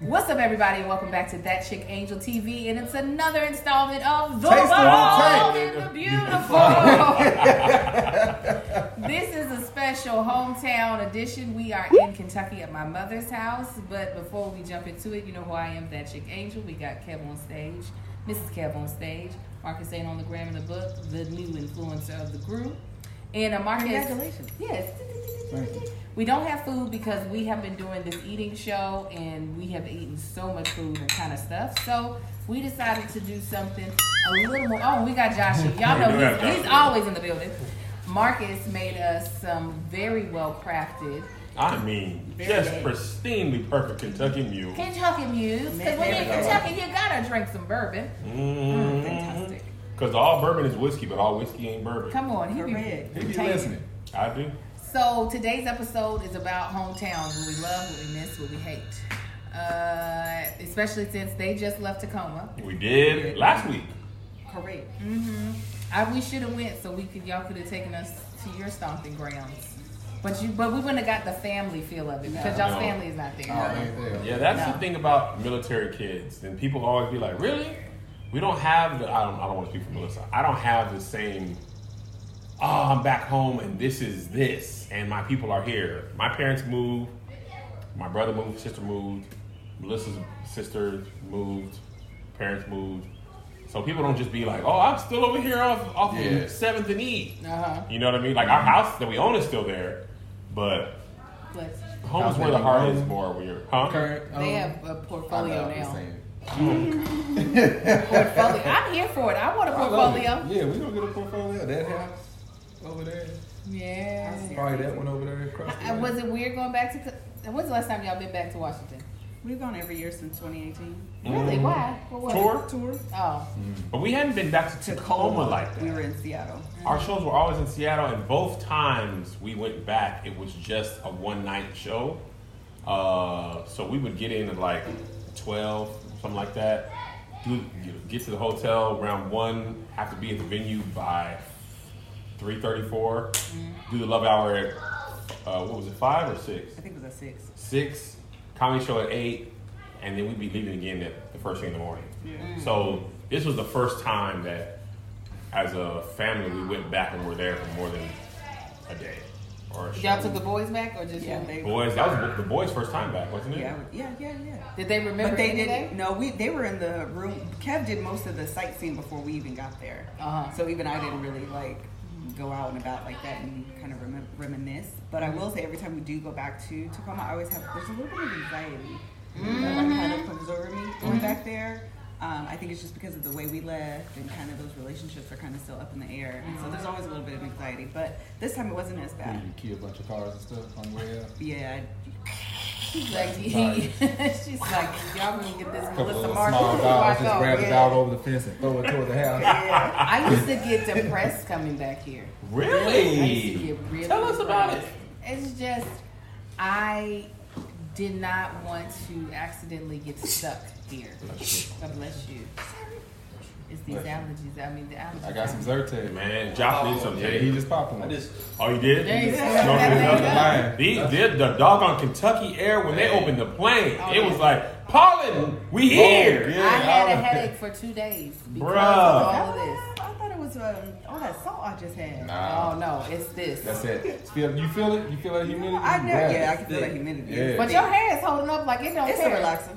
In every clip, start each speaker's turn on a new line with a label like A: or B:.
A: What's up, everybody, and welcome back to That Chick Angel TV, and it's another installment of The
B: Taste the
A: Bold
B: Whole Tape.
A: and the Beautiful. this is a special hometown edition. We are in Kentucky at my mother's house, but before we jump into it, you know who I am, That Chick Angel. We got Kev on stage, Mrs. Kev on stage, Marcus Ain't on the gram and the book, the new influencer of the group, and uh, Marcus.
C: Congratulations.
A: Yes.
B: Thank you.
A: We don't have food because we have been doing this eating show and we have eaten so much food and kind of stuff. So we decided to do something a little more. Oh, we got Joshie. Y'all know
D: We do have
A: he's, he's
D: Joshie.
A: always in the building. Marcus made us some very well crafted
D: I mean,
A: Very
D: just
A: good.
D: pristinely perfect Kentucky mule.
A: Kentucky mules. Because when you're in Kentucky, you gotta drink some bourbon. Mm, fantastic.
D: Because all bourbon is whiskey, but all whiskey ain't bourbon.
A: Come on, he
C: Correct.
A: be,
B: He be listening.
D: I do.
A: So today's episode is about hometowns, what we love, what we miss, what we hate. Uh, especially since they just left Tacoma.
D: We did last week.
C: Correct. Mm-hmm.
A: I, we should have went so we could y'all could have taken us to your stomping grounds. But you but we wouldn't have got the family feel of it because y'all's
D: No.
A: family is not there.
B: Oh, ain't there.
D: Yeah, that's
A: No.
D: the thing about military kids. And people always be like, really? We don't have the, I don't, I don't want to speak for Melissa. I don't have the same, oh, I'm back home and this is this. And my people are here. My parents moved. My brother moved. Sister moved. Melissa's sister moved. Parents moved. So people don't just be like, oh, I'm still over here off, off of
B: Yeah. Mm-hmm.
D: 7th and E.
A: Uh-huh.
D: You know what I mean? Like our house that we own is still there. But
A: But
D: home is where the heart is more when you're, huh?
B: Current,
A: they
B: um,
A: have a portfolio now.
B: Portfolio.
A: Portfolio. I'm here for it. I
B: Oh,
A: want a portfolio.
B: Yeah, we gonna get a portfolio. That house over there.
A: Yeah.
B: Probably that one over there across the
A: I-
B: way.
A: Was it weird going back to? Co- When's the last time y'all been back to Washington? Mm.
C: We've gone every year since 2018.
A: Really? Why? For what?
D: Tour?
C: Tour.
A: Oh,
D: But we hadn't been back to Tacoma like
C: We
D: that.
C: were in Seattle.
D: Our shows were always in Seattle, and both times we went back, it was just a one night show. Uh, so we would get in at like 12, something like that. Do, get to the hotel around 1, have to be at the venue by 3.34. Do the love hour at, uh, what was it, 5 or 6?
C: I think it was at six.
D: 6, comedy show at 8, and then we'd be leaving again at the first thing in the morning.
C: Yeah.
D: So this was the first time that, as a family, we went back and were there for more than a day. Or a
A: y'all
D: show.
A: took the boys back or just
C: Yeah,
A: you?
C: they,
D: boys. That was the boys' first time back, wasn't it?
C: yeah, yeah, yeah, yeah.
A: Did they remember?
C: But they
A: any
C: didn't.
A: day?
C: No, we they were in the room. Kev did most of the sightseeing before we even got there.
A: Uh-huh.
C: So even I didn't really like go out and about like that and kind of rem- reminisce. But I will say every time we do go back to Tacoma, I always have there's a little bit of anxiety that like kind
A: Mm.
C: of comes over me going back there. Um, I think it's just because of the way we left and kind of those relationships are kind of still up in the air. So there's always a little bit of anxiety. But this time it wasn't as
B: Where
C: bad.
B: you key a bunch of cars and stuff on the way out.
C: Yeah,
A: She's like,
B: Sorry.
A: she's like, y'all gonna get this
B: Couple
A: Melissa
B: of
A: Marcus
B: small
A: before I
B: dogs just
A: go,
B: grab the
A: yeah.
B: dog over the fence and throw it toward the house.
C: yeah.
A: I used to get depressed coming back here. I used to
D: Really?
A: get really
D: Tell us about it.
A: It's just I did not want to accidentally get stuck here. God bless you. It's these allergies. I mean, the allergies.
B: I got some Zyrtec, man.
D: Man, Josh needs some.
B: Yeah, he just popped one.
E: I just
D: Oh, you did?
A: There you go.
D: You know what I'm
A: There you
D: saying?
A: go.
B: Lying.
D: These, they're the doggone Kentucky Air when they
B: Man.
D: opened the plane.
A: Oh,
D: It
A: yeah.
D: was like, Paulin, we here.
B: yeah.
A: I had a
B: I-
A: headache for two days because
D: Bruh.
A: of all of this.
C: I thought it was um, all that salt I just had.
B: Nah,
A: Oh no, it's this.
B: that's it. Feel, you feel it? You feel that humidity?
C: I know.
B: Bruh,
C: Yeah, I
B: it's
C: can feel that
B: thick.
C: humidity.
B: Yeah.
A: But your hair is holding up like it don't
C: it's a
A: care.
C: relaxer.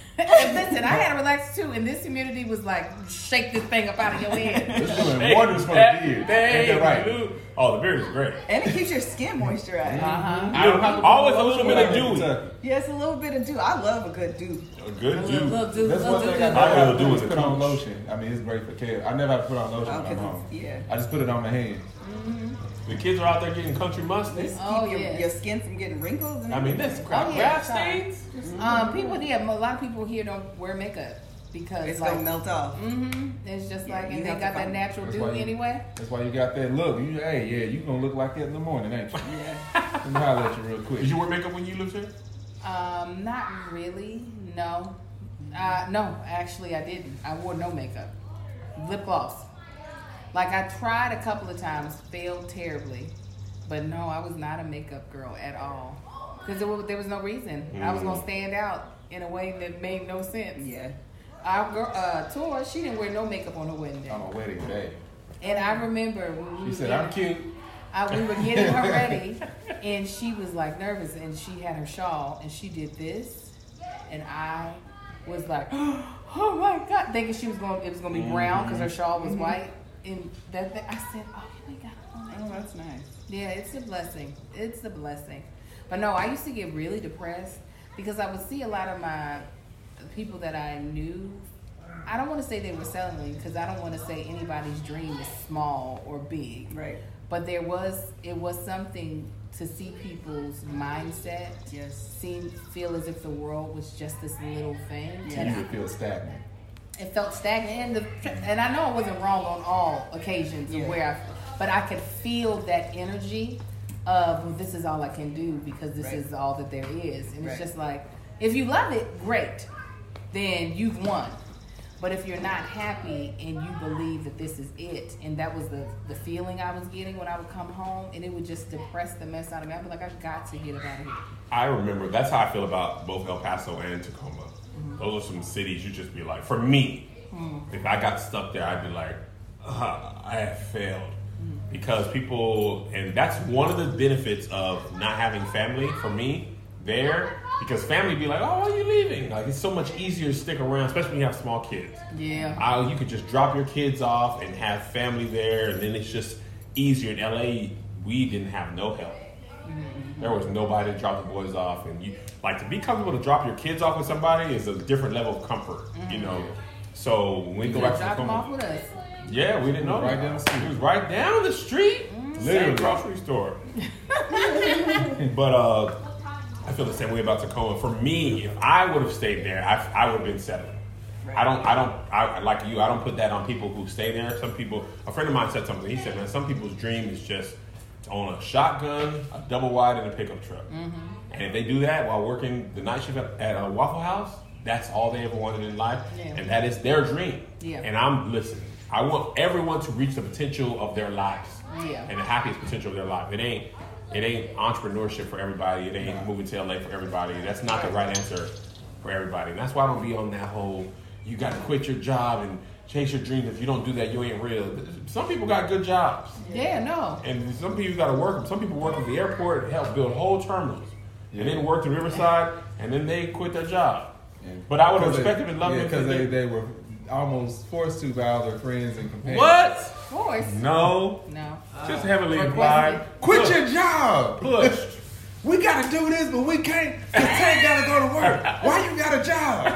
A: Listen, I had a relax too, and this humidity was like, shake this thing up out of your head.
B: It's doing
D: Hey,
B: wonders for the
D: that
B: beard.
D: thing,
B: Ain't that right?
D: dude. Oh, the beard is great.
C: And it keeps your skin moisturized.
A: Uh-huh.
B: You don't have to put
D: Always a
B: lotion
D: little bit of
B: on it.
D: dewy.
B: It's
C: Yeah, it's a little bit of dew. I love a good dew.
D: A good
A: Look,
D: dude.
A: look,
B: a-
A: dude,
B: That's
A: look,
B: one
A: dude,
B: thing I
A: look.
D: I
B: never have
D: will
B: to
D: do
B: do
D: is
B: is
D: a
B: put on
D: douche.
B: lotion. I mean, it's great for care. I never have to put on lotion
C: Oh,
B: when I'm
C: 'cause
D: uh-huh.
B: home.
C: it's- yeah.
B: I just put it on my hands.
D: The kids are out there getting country mustard.
A: Oh,
C: Keep your,
A: yes.
C: your skin from getting wrinkles. And
D: I mean, that's crap.
A: Oh, yeah,
D: Graph
A: sorry.
D: stains?
A: Um, people here, a lot of people here don't wear makeup because
C: it's
A: like,
C: gonna melt off.
A: hmm it's just
C: Yeah,
A: like,
C: you
A: and they
C: have to
A: got that
C: find-
A: natural
B: That's
A: dew
B: why you-
A: anyway.
B: That's why you got that look. You, hey, yeah, you gonna look like that in the morning, ain't you?
C: Yeah.
B: Let me holler at you real quick.
D: Did you wear makeup when you lived here?
A: Um, not really. No, uh, no, actually, I didn't. I wore no makeup, lip gloss. Like I tried a couple of times, failed terribly, but no, I was not a makeup girl at all because there, wa- there was no reason. I was gonna stand out in a way that made no sense.
C: Mm. Yeah.
A: Our girl, uh, Tora, she didn't wear no makeup on her wedding day.
B: on a wedding day.
A: And I remember when we
B: She
A: were
B: said,
A: getting-
B: "I'm cute."
A: I, we were getting her ready, and she was like nervous, and she had her shawl, and she did this, and I was like, oh my god, thinking she was going, it was going to be brown because her shawl
B: Mm-hmm.
A: was white, and that thing, I said, oh my god,
C: Oh, that's nice.
A: yeah, it's a blessing, it's a blessing, but no, I used to get really depressed because I would see a lot of my people that I knew. I don't want to say they were selling because I don't want to say anybody's dream is small or big,
C: Right.
A: but there was it was something to see people's mindset
C: Yes.
A: seem feel as if the world was just this little thing
C: Yeah.
B: You
A: and
B: would feel stagnant.
A: it felt stagnant and, the, and i know i wasn't wrong on all occasions
C: Yeah.
A: of where i but i could feel that energy of well, this is all i can do because this
C: Right.
A: is all that there is and
C: Right.
A: it's just like if you love it great then you've won but if you're not happy and you believe that this is it, and that was the, the feeling I was getting when I would come home, and it would just depress the mess out of me. I'd be like, I got to get up out of here.
D: I remember that's how I feel about both El Paso and Tacoma. Those are some cities you just be like, for me, if I got stuck there, I'd be like, "Ah, I have failed. Because people, and that's one of the benefits of not having family for me there, because family be like, oh, why are you leaving? Like, it's so much easier to stick around, especially when you have small kids.
A: Yeah.
D: I, you could just drop your kids off and have family there, and then it's just easier. In LA, we didn't have no help.
A: Mm-hmm.
D: There was nobody to drop the boys off, and you like to be comfortable to drop your kids off with somebody is a different level of comfort, you know. So when we go
A: Mm-hmm. Drop
D: back to
A: them off
D: Tacoma,
A: with us.
D: yeah, we didn't know
B: Right
D: that.
B: down the street.
D: It was right down the street,
A: Mm-hmm.
D: same
B: Literally.
D: grocery store. but uh, I feel the same way about Tacoma. For me, if I would have stayed there, I, I would have been settling. I don't, I don't, I like you. I don't put that on people who stay there. Some people, a friend of mine said something. He said, "Man, some people's dream is just to own a shotgun, a double wide, and a pickup truck.
A: Mm-hmm.
D: And if they do that while working the night shift at, at a Waffle House, that's all they ever wanted in life,
A: Yeah.
D: and that is their dream.
A: Yeah.
D: And I'm listen. I want everyone to reach the potential of their lives
A: Yeah.
D: and the happiest potential of their life. It ain't it ain't entrepreneurship for everybody. It ain't moving to LA for everybody. That's not the right answer for everybody. And that's why I don't be on that whole you got to quit your job and chase your dreams. If you don't do that, you ain't real. Some people got good jobs,
A: Yeah, no.
D: and some people got to work. Some people work at the airport and help build whole terminals, and then work in Riverside, and then they quit their job.
B: And-
D: But I would
B: 'cause
D: respect
B: they-
D: them and love
B: yeah,
D: them if
B: because
D: they
B: they,
D: did.
B: they were almost forced to by all their friends and companions.
D: What?
A: Of course.
D: No,
A: No.
D: just heavily
A: Requested.
D: implied.
B: Quit
D: Look,
B: your job.
D: pushed.
B: We gotta do this, but we can't. The tank gotta go to work. Why you got a job?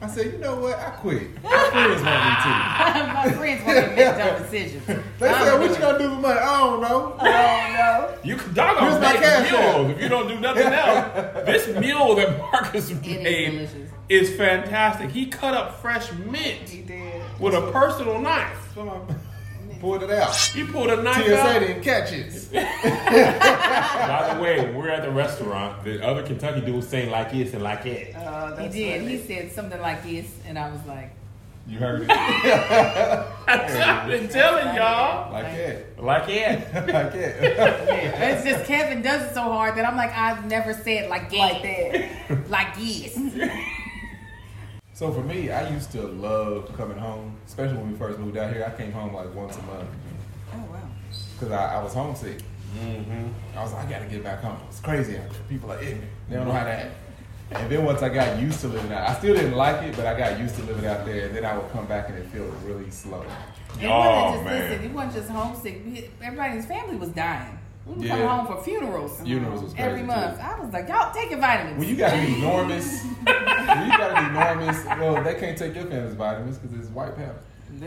B: I said, you know what? I quit. My friends want
A: My friends want me to make dumb decisions.
B: me to. They said, what you gonna do with money? I don't know.
A: Oh,
D: You can dog
B: Here's
D: on
B: my
D: making
B: cash app.
D: mules if you don't do nothing else. this mule that Marcus
A: is
D: made
A: delicious.
D: is, fantastic. He cut up fresh
C: He
D: mint
C: did.
D: with a personal knife.
B: Come on. Pulled it out.
D: He pulled a knife
B: TSA
D: out.
B: didn't catch it.
D: By the way, when we were at the restaurant, the other Kentucky dude was saying like this and like that.
C: Uh,
A: no. He
C: that's
A: did. He
C: funny.
A: said something like this, and I was like,
B: You heard it?
D: I've been telling y'all.
B: Like that.
D: Like that.
B: Like that.
A: it's just Kevin does it so hard that I'm like, I've never said like gay.
C: like that.
A: Like yes.
B: So for me, I used to love coming home, especially when we first moved out here. I came home like once a month
C: Oh wow.
B: because I, I was homesick. I was like, I gotta get back home. It's crazy out there. People are ignorant. They don't know how to act. And then once I got used to living out, I still didn't like it, but I got used to living out there. And then I would come back and it felt really slow.
A: It
D: Oh,
A: wasn't just
D: man.
A: listen, it wasn't just homesick. We- Everybody in his family was dying. We were coming
B: Yeah.
A: home for funerals
B: Funerals was crazy
A: every month.
B: too.
A: I was like, y'all taking vitamins.
B: When you got an enormous, when you got an enormous, well, they can't take your family's vitamins because it's white pepper.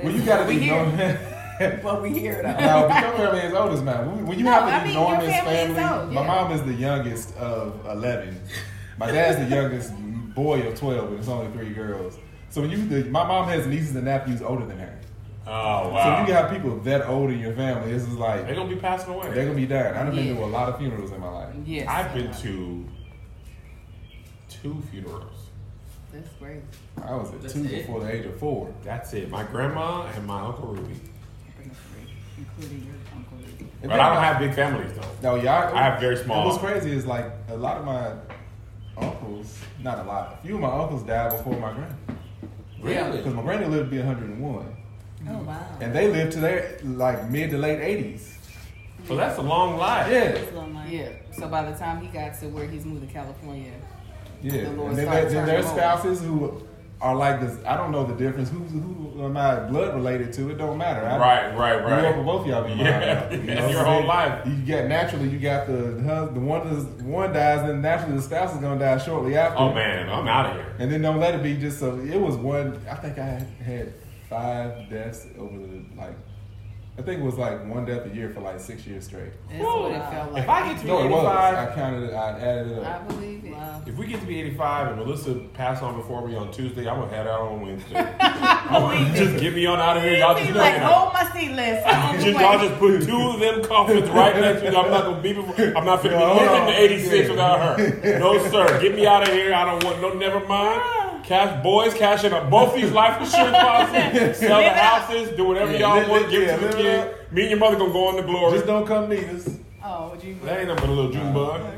B: When you got an
A: We here.
B: enormous,
C: Well, we hear it all.
B: now your family is old as mine. When- When you
A: No,
B: have an
A: I mean, your
B: enormous
A: family is
B: family,
A: old,
B: my
A: yeah.
B: mom is the youngest of eleven. My dad's the youngest boy of twelve, and it's only three girls. So when you, the, my mom has nieces and nephews older than her.
D: Oh
B: So
D: wow.
B: when you have people that old in your family, this is like
D: They're gonna be passing away.
B: they're gonna be dying. I've
A: Yeah.
B: been to a lot of funerals in my life.
A: yes.
D: I've been to two funerals.
A: That's great.
B: I was at
E: That's
B: two
E: it?
B: before the age of four.
D: That's it. My grandma and my uncle Ruby.
C: Bring us three, including your uncle. Lee.
B: And
D: But
B: then-
D: I don't have big families though.
B: No, yeah,
D: I have very small-
B: And what's crazy is like a lot of my uncles, not a lot, a few of my uncles died before my granny.
D: Really?
B: Because my granny lived to be 101.
C: Oh wow.
B: And they lived to their like mid to late 80s.
D: So that's a long life.
B: Yeah.
C: It's a little much.
A: Yeah. So by the time he got to where he's moved to California,
B: Yeah,
A: The Lord
B: and then,
A: started
B: there, then there's
A: turning
B: spouses who are like this. I don't know the difference. Who who am I blood related to? It don't matter. I
D: Right, right,
B: Grew up with
D: right.
B: both of y'all. being
D: Yeah.
B: behind y'all,
D: Yeah, your whole
B: then
D: life.
B: You get naturally. You got the hus- the one is, one dies, then naturally the spouse is gonna die shortly after.
D: Oh man, I'm out of here.
B: And then don't let it be just so. It was one. I think I had five deaths over the like. I think it was like one death a year for like six years straight.
A: that's what it felt like.
D: If I get to be
B: No, it was.
D: 85,
B: I counted. it. I added it
A: I
B: up.
A: believe it.
C: Wow.
D: if we get to be 85 and Melissa pass on before me on Tuesday, I'm gonna head out on Wednesday. just get me on out of here. Y'all just
A: He's
D: know
A: like,
D: that.
A: hold my seat list. I'm on the
D: Just,
A: way.
D: y'all just put two of them coffins right next to me. I'm not gonna be. I'm not finna
B: No,
D: be
B: hold
D: living
B: on.
D: to 86 without her. No sir, get me out of here. I don't want no. Never mind. Cash boys, cash in on both these life insurance policies. Sell the
A: Live it up.
D: houses. Do whatever
B: Yeah,
D: y'all
B: live-
D: want. Give
B: yeah,
D: it to the
B: live it
D: kid. Me and your mother gonna go on the glory.
B: Just don't come meet us.
A: Oh, would you?
D: That ain't nothing but a little June bug.
C: Okay.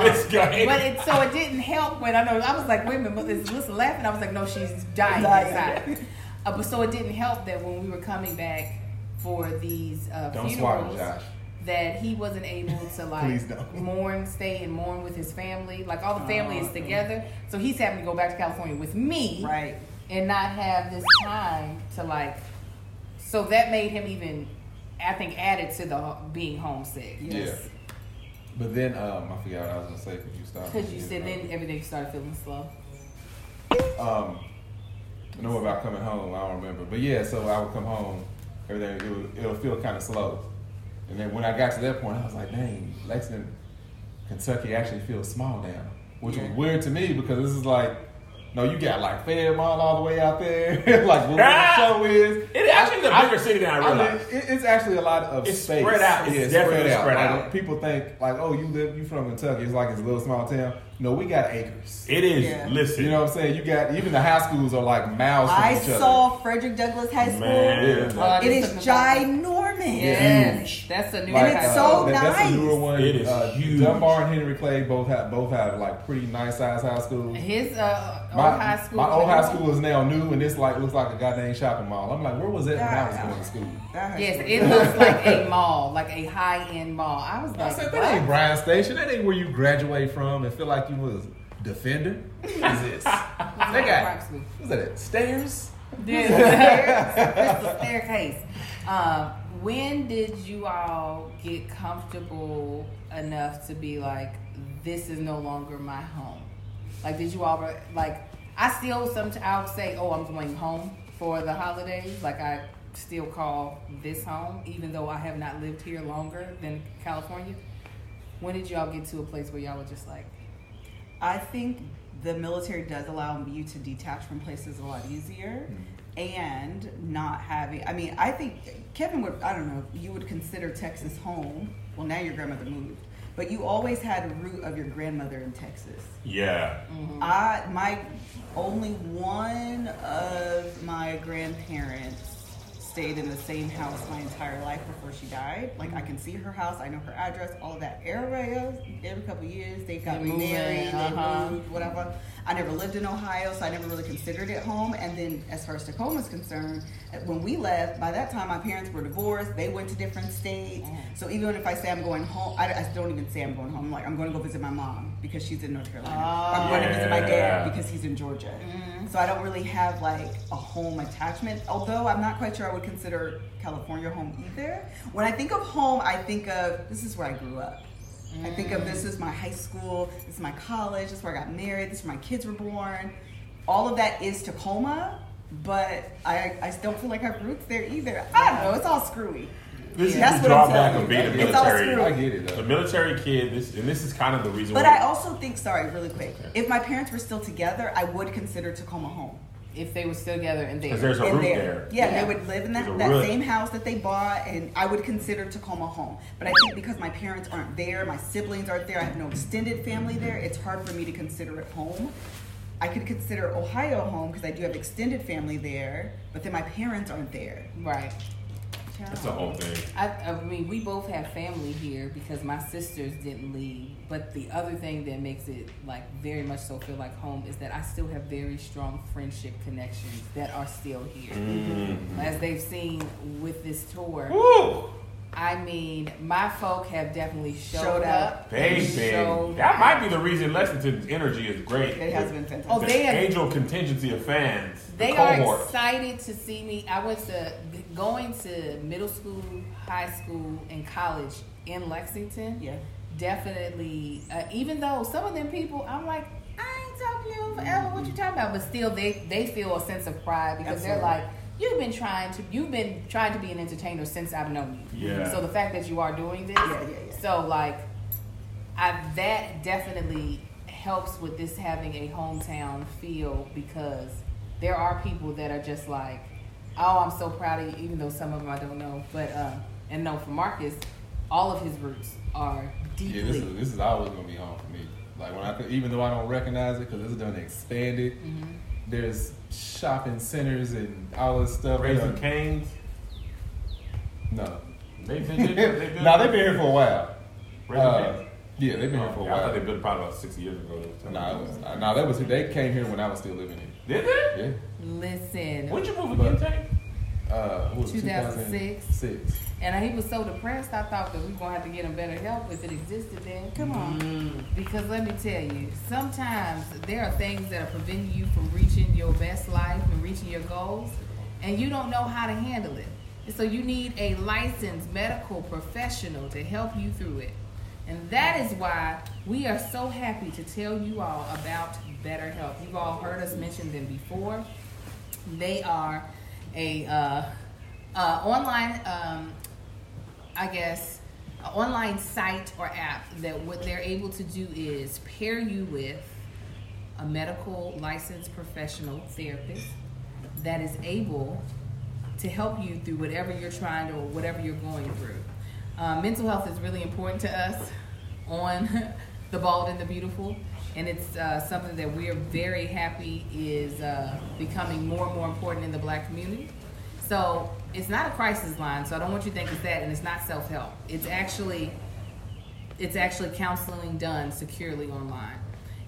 D: This guy.
A: But it, so it didn't help when I know I was like, wait a minute, but is Melissa laughing? I was like, no, she's dying
C: Dying.
A: inside. Uh, but so it didn't help that when we were coming back for these uh,
B: Don't swallow,
A: funerals,
B: Josh.
A: that he wasn't able to
B: Please
A: like
B: don't.
A: mourn, stay and mourn with his family. Like all the family is
C: Oh, okay.
A: together, so he's having to go back to California with me,
C: Right.
A: and not have this time to like. So that made him even, I think, added to the ho- being homesick.
C: Yes.
B: Yeah. But then um, I forgot what I was gonna say because you stopped.
A: Because you said then everything started feeling slow.
B: Um, I know about coming home. I don't remember, but yeah. So I would come home. Everything it would, it'll feel kind of slow, and then when I got to that point, I was like, "Dang, Lexington, Kentucky actually feels small now," which was
C: Yeah.
B: weird to me because this is like, no, you got like Fairmont all the way out there, like where
D: Ah!
B: the show is.
D: It actually is a
B: I-
D: bigger city than I
B: I mean,
D: realized.
B: it- it's actually a lot of
D: It's
B: space.
D: spread out. It's definitely spread
B: Like,
D: out.
B: people think like, oh, you live, you from Kentucky. It's like it's a little small town. No, we got acres.
D: It is.
C: Yeah.
D: Listen.
B: You know what I'm saying? You got even the high schools are like miles from
C: I
B: each other.
C: saw Frederick Douglass High School.
D: Man.
B: Yeah.
A: Uh,
C: It is
A: Something about that.
C: ginormous.
A: Yes, that's a new
C: Like,
A: type
C: it's
B: uh,
A: of-
C: so
B: that- That's a
C: nice.
B: newer one.
D: It is
B: uh,
D: huge.
B: Dunbar and Henry Clay both have both have like pretty nice sized high schools.
A: His uh, old
B: My
A: high school.
B: my old high school is now new, and it's like looks like a goddamn shopping mall. I'm like, where was that when I was going to school?
C: That high
A: Yes,
C: school.
A: it looks like a mall, like a high end mall. I was
B: I
A: like,
B: said,
A: what?
B: that ain't Bryan Station. That ain't where you graduate from and feel like you was defender. What is this? that
A: Rock
B: guy.
A: school.
B: Was that it? Stairs?
A: There's a stair- there's a staircase. Um, when did you all get comfortable enough to be like, this is no longer my home? Like, did you all re- like? I still sometimes I'll say, oh, I'm going home for the holidays. Like I still call this home, even though I have not lived here longer than California. When did y'all get to a place where y'all were just like,
C: I think the military does allow you to detach from places a lot easier and not having I mean, I think Kevin would I don't know, you would consider Texas home. Well now your grandmother moved. But you always had a root of your grandmother in Texas.
D: Yeah.
C: I my only one of my grandparents stayed in the same house my entire life before she died. Like I can see her house, I know her address, all of that. Everybody else, every couple of years, they got
A: They moved in,
C: remarried,
A: uh-huh.
C: they moved, um, whatever. I never lived in Ohio, so I never really considered it home. And then, as far as Tacoma's concerned, uh, when we left, by that time my parents were divorced. They went to different states. So even if I say I'm going home, I, I don't even say I'm going home. I'm like I'm going to go visit my mom because she's in North Carolina. Or I'm going to visit my
D: Yeah.
C: dad because he's in Georgia. So I don't really have like a home attachment. Although I'm not quite sure I would consider California home either. When I think of home, I think of this is where I grew up. I think of this is my high school, this is my college, this is where I got married, this is where my kids were born. All of that is Tacoma, but I, I don't feel like I have roots there either. I don't know, it's all screwy.
D: This
C: That's
D: is the
C: what I'm
D: drawback
C: telling
D: of being a
C: you. It's all
D: military.
C: screwed.
B: I get it.
D: The
B: Though.
D: military kid, this and this is kind of the reason.
C: But
D: why
C: I also think, sorry, really quick, if my parents were still together, I would consider Tacoma home.
A: if they were still together and
D: because
A: there?
D: there's a
C: in
D: root
C: there.
D: there.
C: Yeah,
A: Yeah.
C: they would live in that,
D: There's a
C: that
D: root.
C: same house that they bought, and I would consider Tacoma home. But I think because my parents aren't there, my siblings aren't there, I have no extended family there, it's hard for me to consider it home. I could consider Ohio home because I do have extended family there, but then my parents aren't there.
A: Right.
D: That's a whole thing.
A: I, I mean, we both have family here because my sisters didn't leave. But the other thing that makes it like very much so feel like home is that I still have very strong friendship connections that are still here.
D: Mm-hmm.
A: As they've seen with this tour,
D: Woo!
A: I mean, my folk have definitely showed,
C: Showed
A: up.
C: up.
D: Baby.
A: Showed
D: that
A: out.
D: might be the reason Lexington's energy is great.
C: It has been
A: Oh,
C: fantastic.
D: The
A: they have-
D: angel contingency of fans. the
A: They are
D: cohort.
A: excited to see me. I went to going to middle school, high school, and college in Lexington.
C: yeah.
A: definitely uh, even though some of them people i'm like i ain't talking to you forever what you talking about but still they they feel a sense of pride because
C: Absolutely.
A: they're like you've been trying to you've been trying to be an entertainer since i've known you
D: Yeah.
A: so the fact that you are doing this
C: Yeah, yeah, yeah.
A: so like I, that definitely helps with this having a hometown feel because there are people that are just like, oh, I'm so proud of you, even though some of them I don't know. But um, and no, for Marcus, all of his roots are deeply.
B: Yeah, this is this is always gonna be home for me. Like when I, think- even though I don't recognize it, because it's done expanded.
C: Mm-hmm.
B: There's shopping centers and all this stuff. They
D: Raising
B: done-
D: Canes.
B: No,
D: They, they, they,
B: no,
D: they
B: they've
D: built-
B: been here for a while.
D: Raising
B: Uh,
D: Cane's.
B: yeah, they've been
D: Oh,
B: here for a
D: yeah, I thought they
B: while.
D: built probably about six years ago.
B: Nah, it was, uh, nah, that was who they came here when I was still living here.
D: Did they?
B: Yeah,
A: Listen,
D: When'd you move again,
B: But-
D: Tank?
B: uh, what was it,
A: 2006?
B: 2006.
A: and he was so depressed. I thought that we were gonna have to get him better help if it existed then.
C: Come on.
A: Because let me tell you, sometimes there are things that are preventing you from reaching your best life and reaching your goals, and you don't know how to handle it. So you need a licensed medical professional to help you through it. And that is why we are so happy to tell you all about BetterHelp. You've all heard us mention them before. They are a uh, uh, online um, I guess, an online site or app that what they're able to do is pair you with a medical licensed professional therapist that is able to help you through whatever you're trying to or whatever you're going through. Uh, mental health is really important to us on the Bald and the Beautiful, and it's uh, something that we're very happy is uh, becoming more and more important in the black community. So it's not a crisis line, so I don't want you to think it's that, and it's not self help. It's actually it's actually counseling done securely online.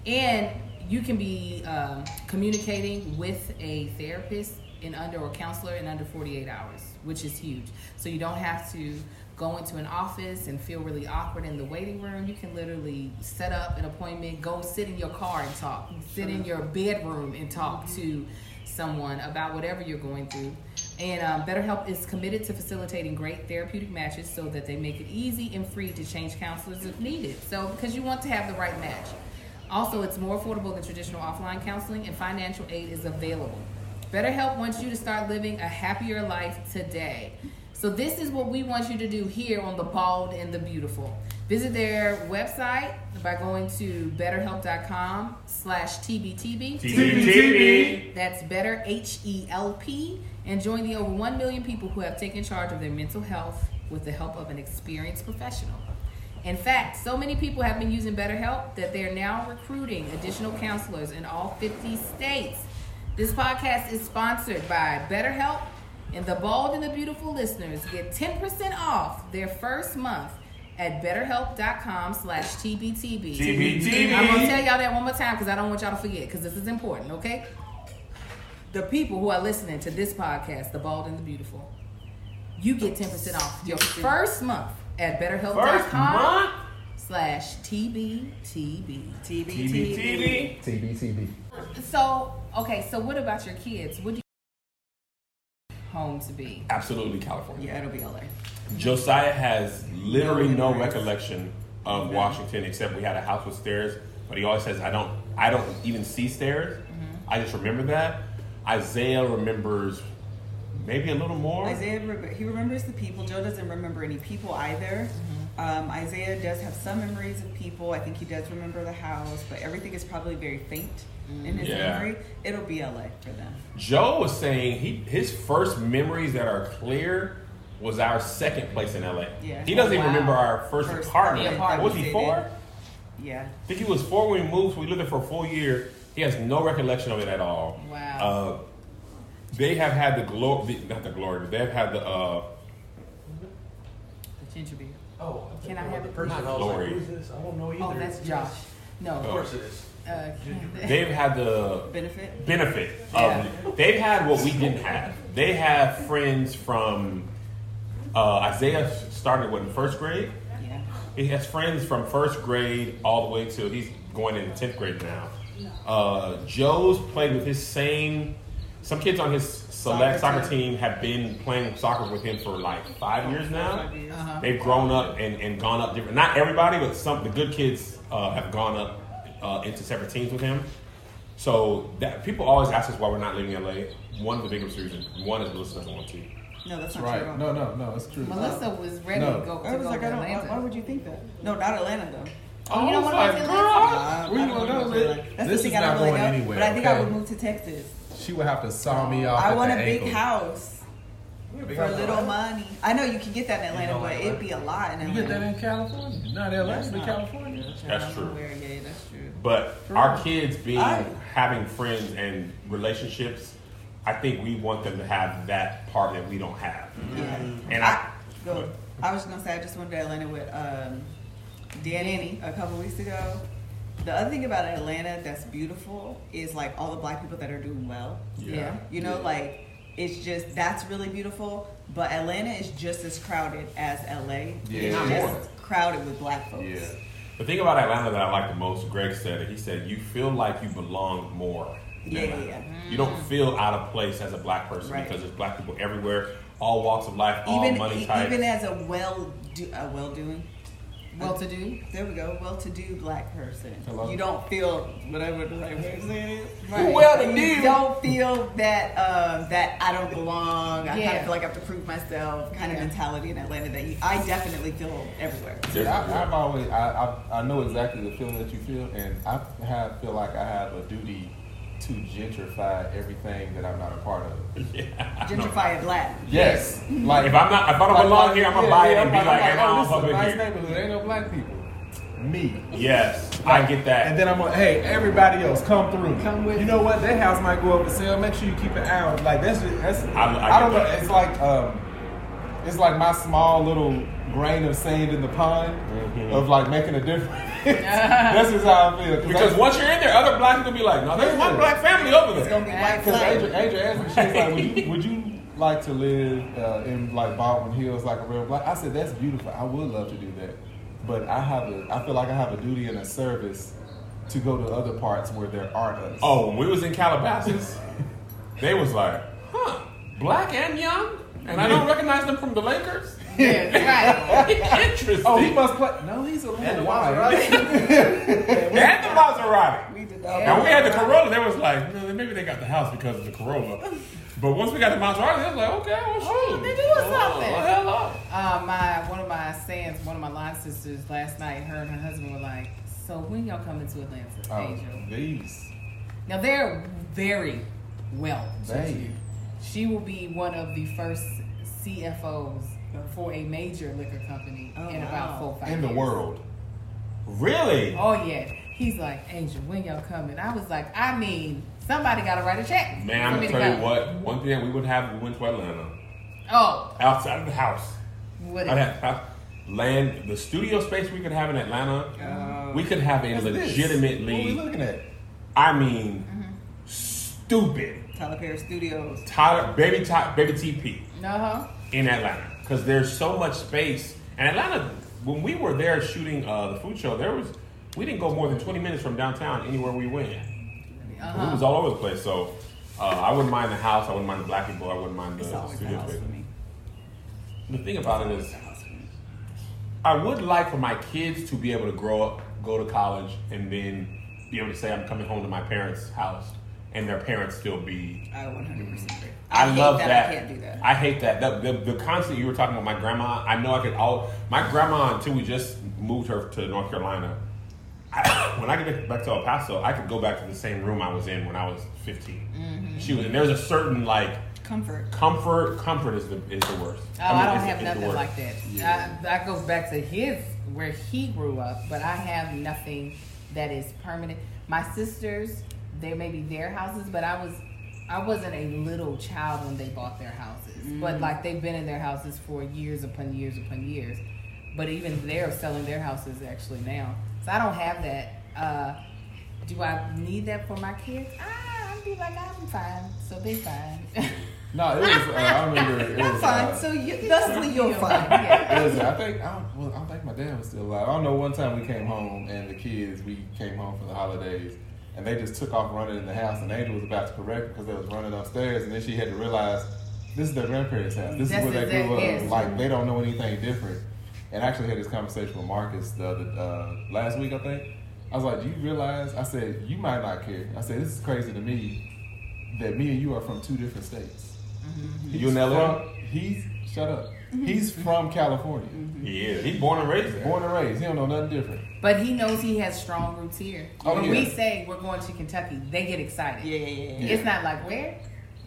A: And you can be um, communicating with a therapist in under or counselor in under 48 hours, which is huge. So you don't have to go into an office and feel really awkward in the waiting room. You can literally set up an appointment, go sit in your car and talk, sit in your bedroom and talk to someone about whatever you're going through. And um, BetterHelp is committed to facilitating great therapeutic matches so that they make it easy and free to change counselors if needed. So, because you want to have the right match. Also, it's more affordable than traditional offline counseling, and financial aid is available. BetterHelp wants you to start living a happier life today. So, this is what we want you to do here on The Bald and the Beautiful. Visit their website by going to betterhelp.com slash TBTB.
D: TBTB.
A: That's Better H E L P. And join the over 1 million people who have taken charge of their mental health with the help of an experienced professional. In fact, so many people have been using BetterHelp that they're now recruiting additional counselors in all 50 states. This podcast is sponsored by BetterHelp, and the bold and the beautiful listeners get 10% off their first month at betterhelp.com slash TBTB.
D: TBTB.
A: I'm going to tell y'all that one more time because I don't want y'all to forget because this is important, okay? the people who are listening to this podcast, The Bald and the Beautiful, you get 10% off your first month at
D: First
A: betterhelp.com
D: month.
A: slash TBTB.
C: TBTB.
D: TBTB.
B: TBTB.
A: So, okay, so what about your kids? What do you home to be?
D: Absolutely California.
C: Yeah, it'll be LA.
D: Josiah has literally no recollection of Washington except we had a house with stairs, but he always says I don't I don't even see stairs.
C: Mm-hmm.
D: I just remember that. Isaiah remembers maybe a little more.
C: Isaiah, remem- he remembers the people. Joe doesn't remember any people either.
B: Mm-hmm.
C: Um, Isaiah does have some memories of people. I think he does remember the house, but everything is probably very faint
B: Mm.
C: in his
D: Yeah.
C: memory. It'll be LA for them.
D: Joe was saying he his first memories that are clear was our second place in LA.
C: Yeah.
D: He doesn't even
A: Wow.
D: remember our first,
C: First
D: apartment.
A: apartment.
D: Was he
C: Apartment.
D: four?
C: Yeah.
D: I think he was four when we moved. So we lived there for a full year. He has no recollection of it at all.
A: Wow.
D: Uh, they have had the glory, not the glory, but they've had the uh,
A: Ginger beer.
E: Oh, I'm
A: Can
E: thinking
A: I
E: about
A: have
E: the
A: it?
E: person I was
D: Lori.
E: like, who's this? I don't know either. Oh.
A: Oh, that's Josh. No.
E: Of
D: Oh.
E: course it is.
A: Uh,
D: They've had the
C: Benefit.
D: benefit of
A: Yeah.
D: they've had what we didn't have. They have friends from uh, Isaiah started what in first grade.
C: Yeah.
D: He has friends from first grade all the way to he's going into tenth grade now. Uh, Joe's played with his same. Some kids on his select
C: Soccer
D: soccer, team. have been playing soccer with him for like five years now.
A: uh-huh.
D: They've grown up and, and gone up different. Not everybody, but some the good kids uh, have gone up uh, into separate teams with him. So that people always ask us why we're not living in LA. One of the biggest reasons. One is Melissa doesn't want to.
C: No, that's
B: That's
C: not true.
B: right. No, no, no. It's true.
A: Melissa was ready
B: No.
A: to go
C: I
A: to
C: was
A: go
C: like,
A: to
C: I don't. Why,
A: Atlanta.
C: why would you think that? No, not Atlanta though.
A: Oh, you don't
D: I was
A: wanna go
D: like,
A: to
D: girl,
A: Atlanta?
C: Uh,
B: We
C: I
B: don't
C: wanna
B: know,
C: go to
B: man.
C: Atlanta. That's
B: This
C: the thing
B: is
C: I
B: not
C: don't really
B: going
C: know.
B: anywhere,
C: but I think I would
B: okay?
C: move to Texas.
B: She would have to saw me off.
C: Oh, I
B: at
C: want a
B: the
C: big
B: ankle.
C: house for
B: house.
C: little money. I know you can get that in Atlanta,
E: know
C: but
E: Atlanta.
C: it'd be a lot in
B: You get that
C: Atlanta.
B: in California, not LA,
C: That's
B: but
C: not-
B: California.
D: That's
C: I'm
D: true.
C: aware, Yeah, that's true.
D: But our kids being
C: I-
D: having friends and relationships, I think we want them to have that part that we don't have.
C: Yeah.
D: And I,
C: go. I was just gonna say I just went to Atlanta with um, Danny a couple weeks ago. The other thing about Atlanta that's beautiful is like all the black people that are doing well.
A: Yeah.
C: You know, like it's just that's really beautiful. But Atlanta is just as crowded as LA.
B: Yeah.
C: It's
D: Not
C: just crowded with black folks.
B: Yeah.
D: the thing about Atlanta that I like the most, Greg said it. He said you feel like you belong more. in
C: Yeah,
D: Atlanta.
C: yeah,
D: You don't feel out of place as a black person
C: Right.
D: because there's black people everywhere, all walks of life, all
C: Even
D: money
C: e-
D: types.
C: even as a well do, a well doing
A: Well to do.
C: there we go well to do black person
B: Hello?
C: you don't feel whatever the right way to say it is
A: Right.
C: well to do. Don't feel that um, that I don't belong. I kind
A: Yeah.
C: of feel like I have to prove myself. Kind
A: Yeah.
C: of mentality in Atlanta that you, I definitely feel everywhere.
B: See,
D: There's-
B: I, I've always, I, I, I know exactly the feeling that you feel, and I have, feel like I have a duty to gentrify everything that I'm not a part of.
C: Gentrify it black.
B: Yes, like
D: if I'm not, if I don't belong here, I'm gonna buy it and be like, hey, I
B: oh,
D: don't
B: this
D: fuck
B: is a nice
D: with
B: neighborhood. Ain't no black people. Me.
D: you. Yes, I get that.
B: And then I'm like, hey, everybody else, come through. Come with. You know what? Their house might go up for sale. Make sure you keep an eye on. Like that's just, that's.
D: I- I
B: I, don't
D: get
B: know.
D: that.
B: It's like um, it's like my small little grain of sand in the pond
D: Mhm.
B: of like making a difference. that's just how I feel.
D: Because
B: I-
D: once you're in there, other blacks gonna be like, no, there's one black family over
C: It's
D: there.
C: gonna be white
B: Because
C: flag.
B: Adrian, Adrian asked me, she was like, would you, would you like to live uh, in like Baldwin Hills like a real black? I said, that's beautiful. I would love to do that. But I have a, I feel like I have a duty and a service to go to other parts where there aren't us.
D: Oh, when we was in Calabasas, they was like, huh, black and young, and I don't recognize them from the Lakers.
A: Yes, right.
D: Interesting.
B: Oh, he must play. No, he's a little wide.
D: and the Maserati.
C: We did
D: Now we had the Corolla. They was like, no, maybe they got the house because of the Corolla. But once we got the Maserati, they was like, okay, well, shoot.
A: Oh, they doing something.
D: Oh, hell up.
A: Uh, my one of my sands, one of my line sisters last night, her and her husband were like, "So when y'all coming to Atlanta,
B: Oh,
A: Angel?"
B: these.
A: Now they're very well.
B: They.
A: She will be one of the first CFOs for a major liquor company
C: Oh,
A: in about
C: wow.
A: four five
B: In the
A: years.
B: world.
D: Really?
A: Oh yeah. He's like, Angel, when y'all coming? I was like, I mean, somebody gotta write a check.
D: Man, I'm
A: for me
D: gonna
A: to
D: tell you
A: come."
D: what. One thing that we would have if we went to Atlanta,
A: Oh,
D: outside of the house,
A: what?
D: I'd have, I'd land the studio space we could have in Atlanta. we could have a
B: That's this. What we
D: legitimately,
B: looking at?
D: I mean, stupid
C: Tyler Perry Studios.
D: Tyler, baby, Ty, baby TP
A: Uh huh.
D: in Atlanta because there's so much space. And Atlanta, when we were there shooting uh, the food show, there was we didn't go more than 20 minutes from downtown anywhere we went.
C: Uh-huh.
D: We was
A: Uh huh.
D: all over the place, so uh, I wouldn't mind the house. I wouldn't mind the black people. I wouldn't mind the
C: It's always the
D: studio
C: house
D: space.
C: for me.
D: The thing about it
C: It's
D: is,
C: the house for me.
D: I would like for my kids to be able to grow up, go to college, and then be able to say, I'm coming home to my parents' house, and their parents still be.
C: I 100 percent agree.
D: I,
C: hate
D: love
C: that,
D: that.
C: I can't do that.
D: I hate that. The, the, the constant you were talking about my grandma, I know I could all. My grandma, until we just moved her to North Carolina, I, when I get back to El Paso, I could go back to the same room I was in when I was 15.
C: Mm-hmm.
D: She was, and there's a certain like
C: Comfort.
D: comfort. Comfort is the is the worst.
A: Oh,
D: I mean,
A: I don't
D: is-
A: have
D: is the
A: nothing
D: worst.
A: like that.
B: Yeah.
A: I, that goes back to his where he grew up, but I have nothing that is permanent. My sisters, they may be their houses, but I was I wasn't a little
D: Mm.
A: child when they bought their houses. But like they've been in their houses for years upon years upon years. But even they're selling their houses actually now. So I don't have that. Uh, do I need that for my kids? Ah, I'd be like, I'm fine. So they fine.
B: No, it was. Uh, I remember. It
C: I'm
B: was,
C: fine.
B: uh,
C: So you, thusly, you're fine.
A: yeah.
B: it was, I think I don't, well, I don't think my dad was still alive. I don't know. One time we came home and the kids we came home for the holidays and they just took off running in the house and Angel was about to correct because they was running upstairs and then she had to realize this is their grandparents' house. This
A: That's
B: is where they
A: exact-
B: grew up.
A: yes.
B: Like they don't know anything different. And I actually had this conversation with Marcus the other uh, last week I think. I was like, do you realize? I said you might not care. I said this is crazy to me that me and you are from two different states.
C: Mm-hmm.
D: You in LA?
B: from- He's shut up. He's from California.
C: Mm-hmm.
D: Yeah, he's born and raised there.
B: Born and raised, he don't know nothing different.
A: But he knows he has strong roots here.
B: Oh,
A: when
B: yeah.
A: we say we're going to Kentucky, they get excited.
C: Yeah, yeah, yeah.
A: It's not like where.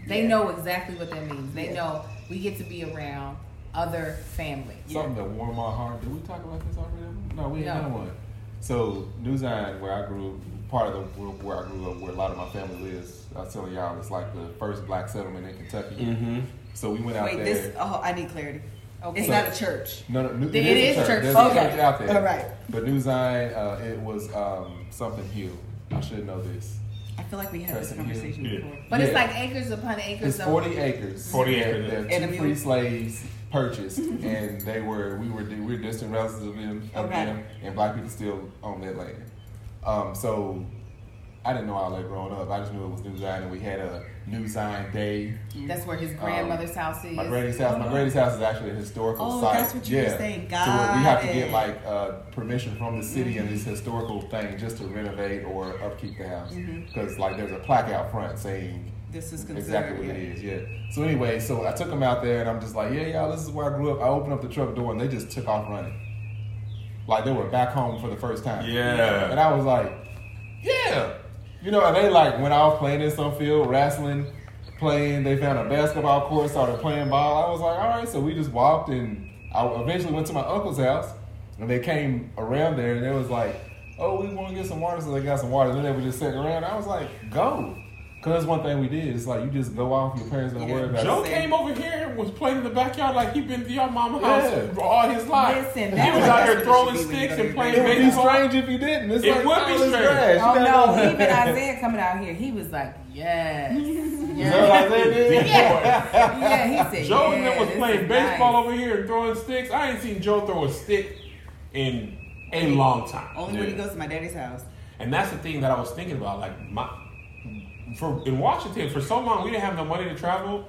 A: They
C: Yeah.
A: know exactly what that means. They
C: Yeah.
A: know we get to be around other families.
B: Something that warmed my heart. Did we talk about this already? No, we ain't
A: No.
B: done one. So New Zion, where I grew, part of the world where I grew up, where a lot of my family lives. I was telling y'all, it's like the first black settlement in Kentucky.
D: Mm-hmm.
B: So we went out
C: Wait,
B: there.
C: this. Oh, I need clarity.
A: Okay.
C: It's not a church.
B: No, no, new,
A: It is church.
B: There's
C: Okay.
B: a church out there.
C: All right.
B: But New Zion, uh, it was um, something Hill. I should know this.
C: I feel like we had this
B: Crescent Hill.
C: conversation
D: Yeah.
C: before.
A: but it's
B: Yeah.
A: like acres upon acres
B: It's
A: of
B: forty acres.
D: 40
B: that-
D: acres.
B: that
C: And a
B: two
C: mule.
B: free slaves purchased, and they were we were we were distant relatives of them, of
C: Okay.
B: them, and black people still own that land. Um, so I didn't know all that growing up. I just knew it was New Zion, and we had a New Zion Day.
A: That's where his grandmother's house is.
B: My granny's house. My granny's house is actually a historical
C: Uh-huh. Oh,
B: site.
C: that's what you were saying.
B: so we have to
C: Got
B: get
C: it. Mm-hmm.
B: like uh, permission from the city and this historical thing just to renovate or upkeep the house
C: Mm-hmm.
B: because like there's a plaque out front saying
C: This is considered.
B: exactly what it is. Yeah. So anyway, so I took them out there, and I'm just like, yeah, y'all, this is where I grew up. I opened up the truck door, and they just took off running, like they were back home for the first time.
D: Yeah.
B: And I was like, yeah, you know, and they like went off playing in some field, wrestling, playing. They found a basketball court, started playing ball. I was like, all right, so we just walked, and I eventually went to my uncle's house, and they came around there, and they was like, oh, we want to get some water, so they got some water. Then they were just sitting around. I was like, go. Cause that's one thing we did. It's like you just go off. Your parents don't
C: Yeah.
B: worry about
D: Joe
B: it.
D: came over here and was playing in the backyard like he been to your mama's
B: Yeah.
D: house all his life.
C: Listen,
D: he
C: that's
D: was
C: what-
D: out here
C: that's what
D: throwing
C: it should be when
D: sticks and
C: you go to
D: playing
B: It would be
D: baseball.
B: strange if you didn't. It's
D: It
B: like,
D: would be
B: oh, it's
D: strange.
B: trash. You
A: Oh
B: gotta
A: no,
B: go.
A: even Isaiah coming out here, he was like, yes.
B: You know what
A: yes.
B: I'm saying?
D: Big
B: dude?
D: boy.
A: yeah, he said,
D: Joe
A: yeah,
D: and them was
A: this
D: playing
A: is
D: baseball
A: nice.
D: over here and throwing sticks. I ain't seen Joe throw a stick in a long time.
A: Oh.
C: Only when he goes to my daddy's house.
D: And that's the thing that I was thinking about. Like my for in Washington for so long we didn't have no money to travel.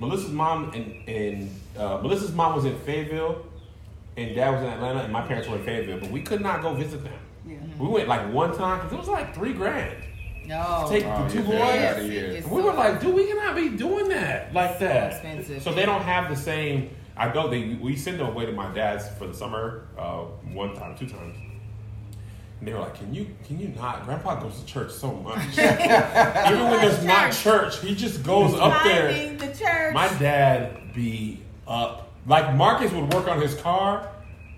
D: Melissa's mom and and uh, Melissa's mom was in Fayetteville, and dad was in Atlanta, and my parents were in Fayetteville, but we could not go visit them.
C: Yeah.
D: We went like one time because it was like three grand.
A: No.
D: Take
B: Oh,
D: the two
B: yeah,
D: boys.
B: yeah, yeah, yeah.
A: It's
D: We
A: so
D: were like, dude, we cannot be doing that like that.
A: expensive.
D: So they don't have the same. I go. They we send them away to my dad's for the summer, uh, one time, two times. And they were like, "Can you can you not?" Grandpa goes to church so much. Even when there's not church, he just goes up there.
A: Finding the church.
D: My dad be up. Like Marcus would work on his car.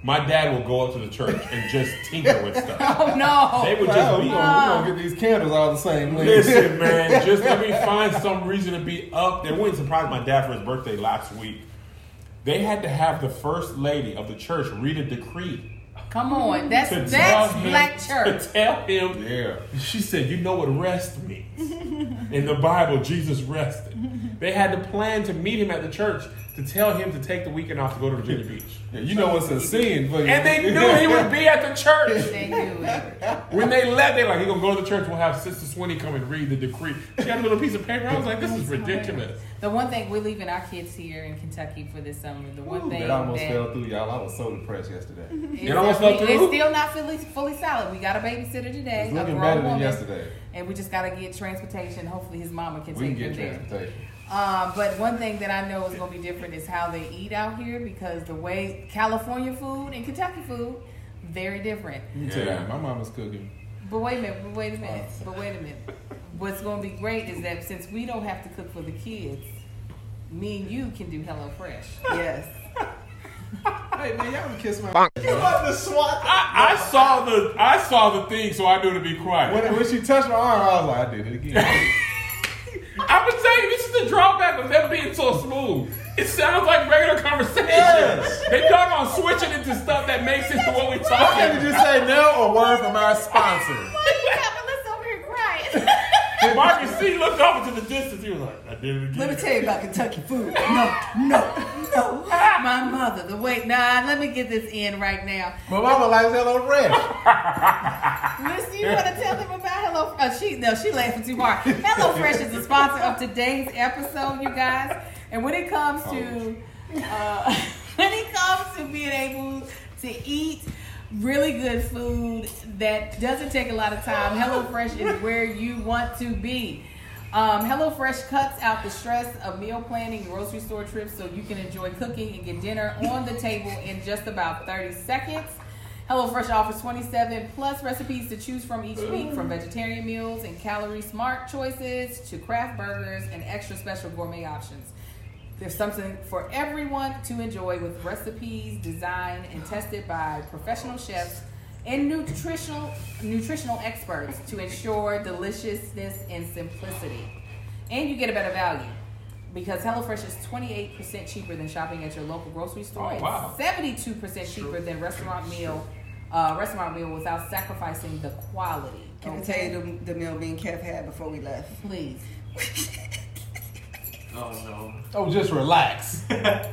D: My dad will go up to the church and just tinker with stuff.
A: oh no.
D: They would
B: Wow,
D: just
B: we
D: be
B: gonna, we gonna get these candles all the same length.
D: Listen, man, just let me find some reason to be up. They went and surprised my dad for his birthday last week. They had to have the first lady of the church read a decree
A: Come on, that's
D: to
A: that's
D: tell him.
A: black church.
D: To tell him.
B: Yeah.
D: She said, "You know what rest means in the Bible. Jesus rested. They had to plan to meet him at the church to tell him to take the weekend off to go to Virginia Beach,
B: yeah. You know what's a sin for you.
D: and they knew he would be at the church."
A: They do it.
D: When they left, they like, he gonna go to the church. We'll have Sister Sweeney come and read the decree. She had a little piece of paper. I was like, this is ridiculous.
A: The one thing we're leaving our kids here in Kentucky for this summer. The one
B: Ooh,
A: thing
B: that almost
A: that
B: fell through, y'all. I was so depressed yesterday. It's
A: It's,
D: It almost fell
A: definitely-
D: through?
A: it's still not fully fully solid. We got a babysitter today, a
B: looking
A: grown
B: better than
A: woman,
B: yesterday.
A: and we just gotta get transportation. Hopefully, his mama can
B: We can
A: take
B: get
A: him there.
B: transportation.
A: Uh, but one thing that I know is going to be different is how they eat out here because the way California food and Kentucky food very different.
B: Let me tell you, my mama's cooking.
A: But wait a minute, but wait a minute, but wait a minute. What's going to be great is that since we don't have to cook for the kids, me and you can do Hello Fresh.
C: Yes.
B: Hey man, y'all can kiss my. You love the swat.
D: I, I saw the I saw the thing, so I knew to be quiet.
B: When, when she touched my arm, I was like, I did it again.
D: I was saying this is the drawback of them being so smooth. It sounds like regular conversation.
B: Yes.
D: They talk on switching into stuff that makes sense to what we
B: Why
D: talking
B: can't you
D: about.
B: just say no? A word from our sponsor.
D: Marcus C looked off into the distance. He was like, I didn't get
C: Let me
D: it.
C: tell you about Kentucky food. No, no, no.
A: My mother, the wait, nah, let me get this in right now.
B: My mama likes Hello Fresh.
A: Miss, you want to tell them about Hello Fresh? Uh, she, no, she laughing too hard. Hello Fresh is the sponsor of today's episode, you guys. And when it comes to uh, when it comes to being able to eat really good food that doesn't take a lot of time, Hello Fresh is where you want to be. Um, HelloFresh cuts out the stress of meal planning, grocery store trips, so you can enjoy cooking and get dinner on the table in just about 30 seconds. HelloFresh offers 27 plus recipes to choose from each week, from vegetarian meals and calorie smart choices to craft burgers and extra special gourmet options. There's something for everyone to enjoy with recipes designed and tested by professional chefs and nutritional nutritional experts to ensure deliciousness and simplicity. And you get a better value because HelloFresh is 28% cheaper than shopping at your local grocery store.
D: Oh,
A: and
D: wow.
A: 72% cheaper than restaurant meal uh, restaurant meal without sacrificing the quality.
C: Can I tell
A: okay?
C: you the, the meal me and Kev had before we left?
A: Please.
E: Oh
B: Oh, just relax.
C: My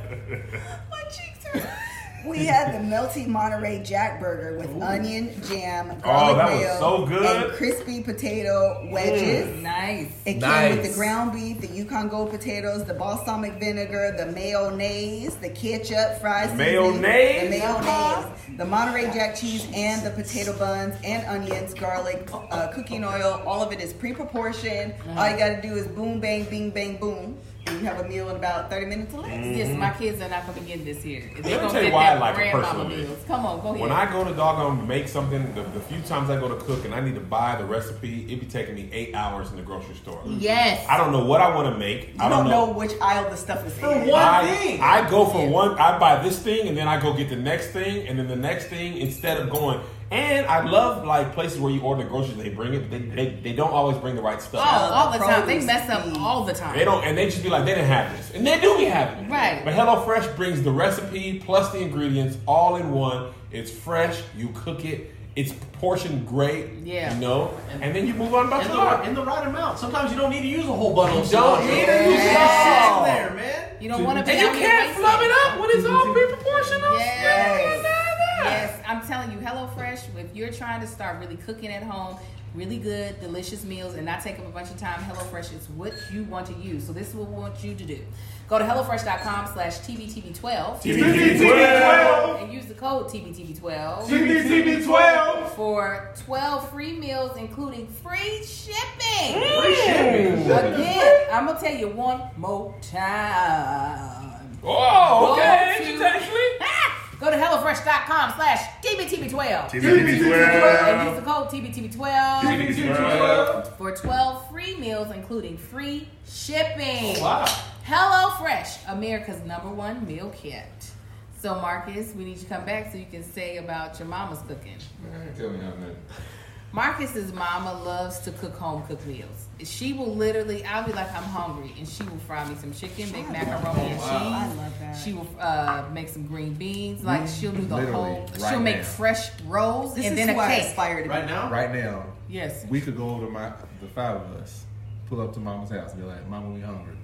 C: cheeks are. We had the melty Monterey Jack Burger with onion, jam, garlic
D: Oh, that was
C: mayo,
D: so good. Mm,
C: and crispy potato wedges.
A: Nice.
C: It came with
B: Nice.
C: the ground beef, the Yukon Gold potatoes, the balsamic vinegar, the mayonnaise, the ketchup, fries,
D: The
C: seasoning,
D: mayonnaise?
C: the mayonnaise, the Monterey Jack cheese, and the potato buns and onions, garlic, uh, cooking oil. All of it is pre-proportioned. All
D: Mm.
C: you got to do is boom, bang, bing, bang, boom. And you have a meal in about thirty minutes or less.
A: Yes, my kids are not going to get this here. They're going
D: Mm-hmm. me tell
A: to
D: you
A: get
D: why I
A: that
D: like it
A: grandmama
D: personally.
A: meals. Come on, go ahead.
D: When I go to doggone make something, the, the few times I go to cook and I need to buy the recipe, it be taking me eight hours in the grocery store.
A: yes.
D: I don't know what I want to make.
C: You
D: I don't know.
C: which aisle the stuff is in.
B: what? One
D: I,
B: thing.
D: I go for one. I buy this thing, and then I go get the next thing, and then the next thing. Instead of going, and I love like places where you order groceries. They bring it. They they, they don't always bring the right
A: oh,
D: stuff.
A: all the time. They
C: Produce
A: mess up
C: feed.
A: all the time.
D: They don't, and they just be like, they didn't have this, and they do be having it.
A: Right.
D: But HelloFresh brings the recipe plus the ingredients all in one. It's fresh. You cook it. It's portioned great.
A: Yeah.
D: You know, and, then you move on about
E: In
D: your
E: the,
D: life.
E: right- in the right amount. Sometimes you don't need to use a whole bundle. of
D: You don't
E: stuff.
D: need to use
E: Just
D: it all.
E: sit there, man.
A: You don't want to be
D: And you
A: out here
D: can't
A: wasting.
D: flub it up when it's all pre-proportional.
A: Yes. Yes, I'm telling you, HelloFresh, if you're trying to start really cooking at home, really good, delicious meals, and not take up a bunch of time, HelloFresh is what you want to use. So this is what we want you to do. Go to HelloFresh.com slash TBTB12 and use the code TBTB12
B: CBCB12.
A: for 12 free meals, including free shipping. Again, I'm going to tell you one more time.
D: Oh,
A: Go
D: okay.
A: to-
D: Interesting.
A: Go to HelloFresh.com slash TBTB12 and use the code TBTB12 for 12 free meals, including free shipping.
E: Wow.
A: Hello Fresh, America's number one meal kit. So Marcus, we need you to come back so you can say about your mama's cooking.
B: Tell me nothing.
A: Marcus's mama loves to cook home cooked meals. She will literally, I'll be like, I'm hungry, and she will fry me some chicken, make macaroni
B: Oh,
A: and cheese.
C: I love that.
A: She will uh, make some green beans. Like she'll do the
B: Mm, Literally,
A: whole.
B: right
A: she'll make
B: now.
A: fresh rolls
C: This
A: and
C: is
A: then a
C: who I
A: cake.
C: aspire to be.
E: Right now?
B: Right now,
A: Yes.
B: we could go over to my the five of us, pull up to Mama's house, and be like, "Mama, we hungry."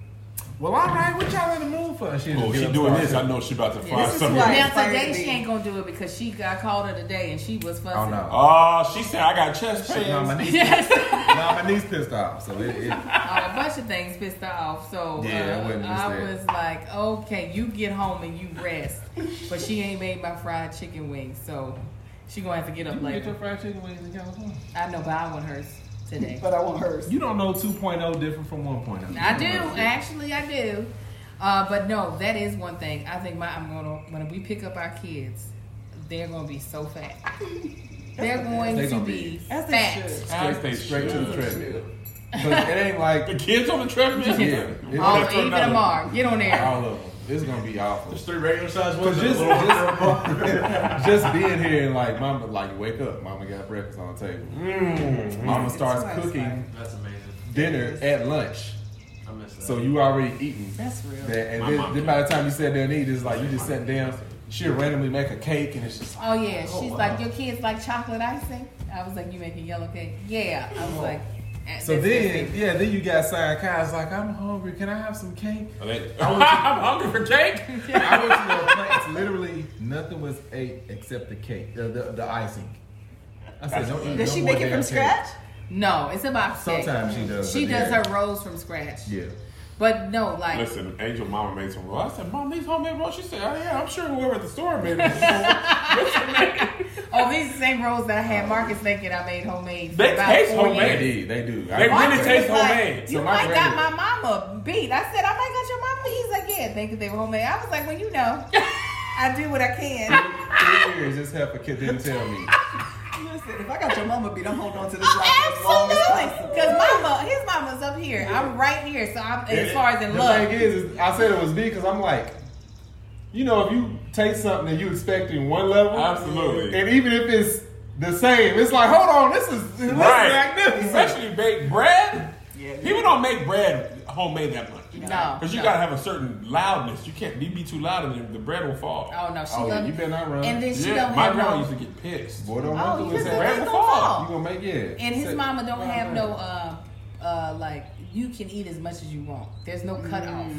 B: Well, all right, what y'all in the mood for? She
D: Oh, she doing this. I know she about to find
A: This
C: is
D: something.
C: why-
A: Now
C: Inspired
A: today
C: to
A: she
C: be.
A: ain't gonna do it because she got called her today and she was fussing.
B: Oh no.
D: Oh, she said I got chest
B: Shit, no, my
D: pains.
B: niece,
A: Yes.
B: no, my niece pissed off. So it, it
A: Uh, a bunch of things pissed her off. So
B: Yeah, I wouldn't
A: uh,
B: miss
A: I
B: that.
A: was like, okay, you get home and you rest. but she ain't made my fried chicken wings, so she gonna have to get up
B: get your
A: later.
B: fried chicken wings in California.
A: I know, but I want hers today.
C: But I want hers.
B: You don't know 2.0 different from oh. 1.0.
A: I do actually, I do. Uh, but no, that is one thing. I think my I'm gonna when we pick up our kids, they're gonna be so fat. They're going
B: They
A: to
B: gonna
A: be,
B: be.
C: As they
A: fat.
C: should.
D: As they
B: straight to the
D: should.
B: treadmill. But it ain't like
D: The kids on the treadmill.
B: Yeah.
A: Oh,
D: One after
A: even
D: another.
A: Amar, get on there.
B: all of them. It's gonna be awful.
E: There's three regular size
B: But
E: ones. and a
B: just,
E: little-
B: just, just being here and like mama, like wake up, mama got breakfast on the table.
D: Mm.
B: Mama
C: It's
B: starts
C: so
B: cooking
C: satisfying.
E: That's amazing.
B: dinner at lunch.
E: I miss that.
B: So you already eating.
C: That's real.
B: That- and
D: My
B: then,
D: mom
B: then
D: did.
B: by the time you sit down and eat, it's like you just sitting down. She'll randomly make a cake and it's just like,
A: Oh yeah, she's
E: Oh, wow.
A: like, your kids like chocolate icing. I was like, you making yellow cake? Yeah. I was like, eh,
B: Oh. so
A: that's
B: then,
A: it.
B: yeah, then you got signed Kyle's like, I'm hungry. Can I have some cake?
D: Are they- I'm hungry for cake.
B: I went to the place, literally nothing was ate except the cake, the, the, the icing. I said, don't eat
C: Does
B: no
C: she
B: more
C: make it from
B: damn cake.
C: scratch?
A: no, it's about steak.
B: Sometimes she does.
A: She
B: but
A: does
B: yeah.
A: her rolls from scratch.
B: Yeah.
A: But no, like
D: Listen, Angel Mama made some rolls. I said, Mom, these homemade rolls. She said, Oh yeah, I'm sure whoever at the store made them.
A: oh, these same rolls that I
B: Uh,
A: had Marcus making, I made homemade. for
D: They
A: about
D: taste
A: four
D: homemade.
B: They
A: years.
B: do. They do.
D: They
B: I-
D: really
A: Marcus
D: taste
A: was like,
D: homemade.
B: So
A: You
B: my
A: might got
B: grandma-
A: my mama beat. I said, I might got your mama. He's like, yeah, thank you. They were homemade. I was like, well, you know, I do what I can.
B: Three years, this heifer kid didn't tell me.
C: Listen, if I got your mama beat, I'm holding on to this life as long as
A: Absolutely,
C: possible.
A: because mama, his mama's up here. I'm right here, so I'm as far as in
B: the
A: love.
B: thing is, is I said it was me because I'm like, you know, if you take something that you expecting one level,
D: Absolutely.
B: and even if it's the same, it's like, hold on, this is this is
D: right.
B: magnificent.
D: Especially baked bread.
C: Yeah.
D: People don't make bread homemade that much.
A: No,
D: Because you
A: no.
D: gotta have a certain loudness. You can't you be too loud and then the bread will fall.
A: Oh no, she
B: Oh, yeah,
A: loved
B: you better not run.
A: And then she
D: yeah,
A: don't
D: my
A: have
D: grandma
A: no.
D: used to get pissed.
B: Boy, don't
A: Oh,
B: run
A: you
B: through
A: said
B: that.
A: it's gonna
B: You
A: fall.
B: gonna make yeah.
A: And his
B: Say-
A: mama don't
B: Right,
A: have
B: right.
A: no uh uh like you can eat as much as you want. There's no cutoff.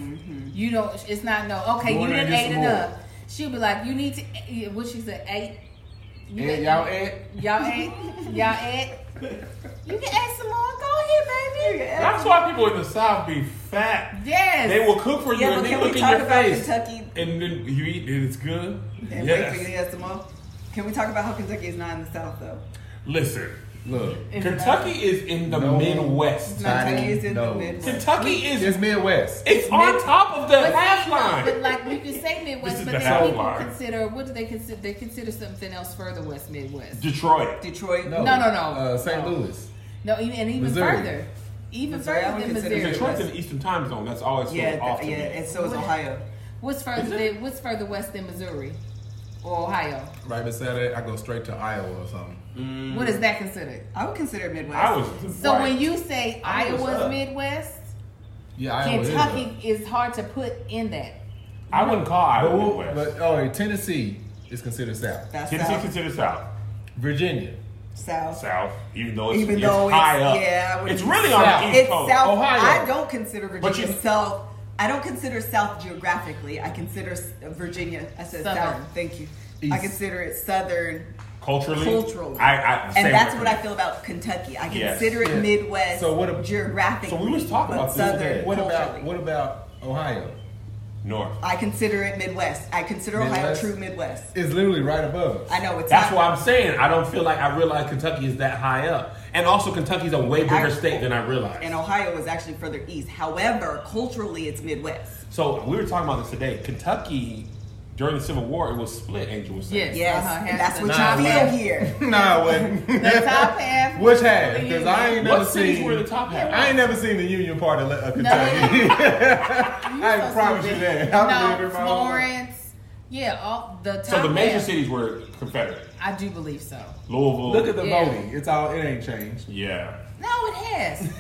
A: You don't. It's not no. Okay,
B: Go
A: you
B: in there and
A: didn't
B: get
A: ate
B: some more.
A: enough. She'll be like, you need to. eh, What she said, eight. You
B: And
A: ate-
B: y'all ate.
A: Y'all ate. Y'all ate. You can add some more. Go ahead, baby.
D: That's why people in the South be fat.
A: Yes.
D: They will cook for you
C: Yeah,
D: and
C: but
D: they
C: can we
D: look in
C: talk
D: your
C: about
D: face.
C: Kentucky
D: And then you eat and it's good.
C: and wait for you to ask them off? Can we talk about how Kentucky is not in the South though?
D: Listen,
B: Look,
A: It's
D: Kentucky is in the
B: No.
D: Midwest.
B: No.
C: Kentucky is in
B: No.
C: the Midwest.
D: Kentucky is
B: it's Midwest.
D: it's on top of the
A: But
D: half
A: see, But
D: line.
A: like we can say Midwest,
D: is
A: but
D: the
B: half
A: then people
D: line.
A: consider what do they consider? They consider something else further west Midwest.
D: Detroit.
C: Detroit.
A: No, no, no.
B: Uh, St.
A: No.
B: Louis.
A: No, even, and even
B: Missouri.
A: further, even
C: Missouri, I
A: further
C: would
A: than
C: consider
A: Missouri.
D: Detroit's in the Eastern Time Zone. That's always so
C: Yeah,
D: off to
C: th- yeah,
D: me.
C: and so is
A: What?
C: Ohio.
A: What's further? Than, what's further west than Missouri or Ohio?
B: Right beside that, I go straight to Iowa or something.
A: What is that considered?
C: I would consider it Midwest.
D: I was
A: So
D: right.
A: when you say
E: Iowa's
A: Iowa's
E: up.
A: Midwest,
B: Yeah, Iowa is.
A: Kentucky is hard to put in that.
D: I wouldn't call
B: But,
D: Iowa
B: we'll-
D: Midwest.
B: but oh, and Tennessee is considered south.
C: That's
D: Tennessee
C: South.
D: considered South.
B: Virginia,
C: South.
D: South, even though it's,
C: Even
D: it's
C: though it's-
D: high up.
C: yeah, I would-
D: it's really
B: South.
D: on the East
C: It's
D: Coast.
C: South.
B: Ohio.
C: I don't consider
D: But
C: Virginia
D: you-
C: South. I don't consider South geographically. I consider S- Virginia. I said
A: Southern.
C: South. Thank you. I
B: East.
C: consider it Southern.
D: Culturally,
C: Culturally.
D: I, I,
C: and
D: same
C: that's
D: with
C: what
D: me.
C: I feel about Kentucky. I
D: Yes.
C: consider
B: Yeah.
C: it Midwest
B: So what ab-
C: geographically.
D: So we was talking
C: but
D: about this
C: Southern
D: today.
B: What about
C: culturally.
B: what about Ohio?
D: North.
C: I consider it Midwest. I consider Ohio
B: Midwest?
C: true Midwest.
B: It's literally right above. us.
C: I know it's
D: That's
C: not-
D: why I'm saying I don't feel like I realize Kentucky is that high up, and also Kentucky's a way bigger
C: Actually-
D: state than I realized.
C: And Ohio is actually further east. However, culturally, it's Midwest.
D: so we were talking about this today. Kentucky during the Civil War, it was split. Angel was saying.
A: Yes.
C: Yes,
A: Uh-huh,
C: and that's
A: half the
C: what
B: time.
C: you
B: Nah,
C: feel here.
B: nah, it wasn't.
A: The top half.
B: Which half? Because I ain't never
D: What cities
B: seen.
D: were in the top half?
B: I ain't never seen the Union part of uh, Kentucky. I
A: so
B: can promise you
A: stupid.
B: that. I
A: no,
B: believe in my own-
A: Florence. Yeah, all the top.
D: So the major
A: half,
D: cities were Confederate.
A: I do believe so.
D: Louisville.
B: Look at the
A: Yeah.
B: voting. It's all. It ain't changed.
D: yeah.
A: No, it has.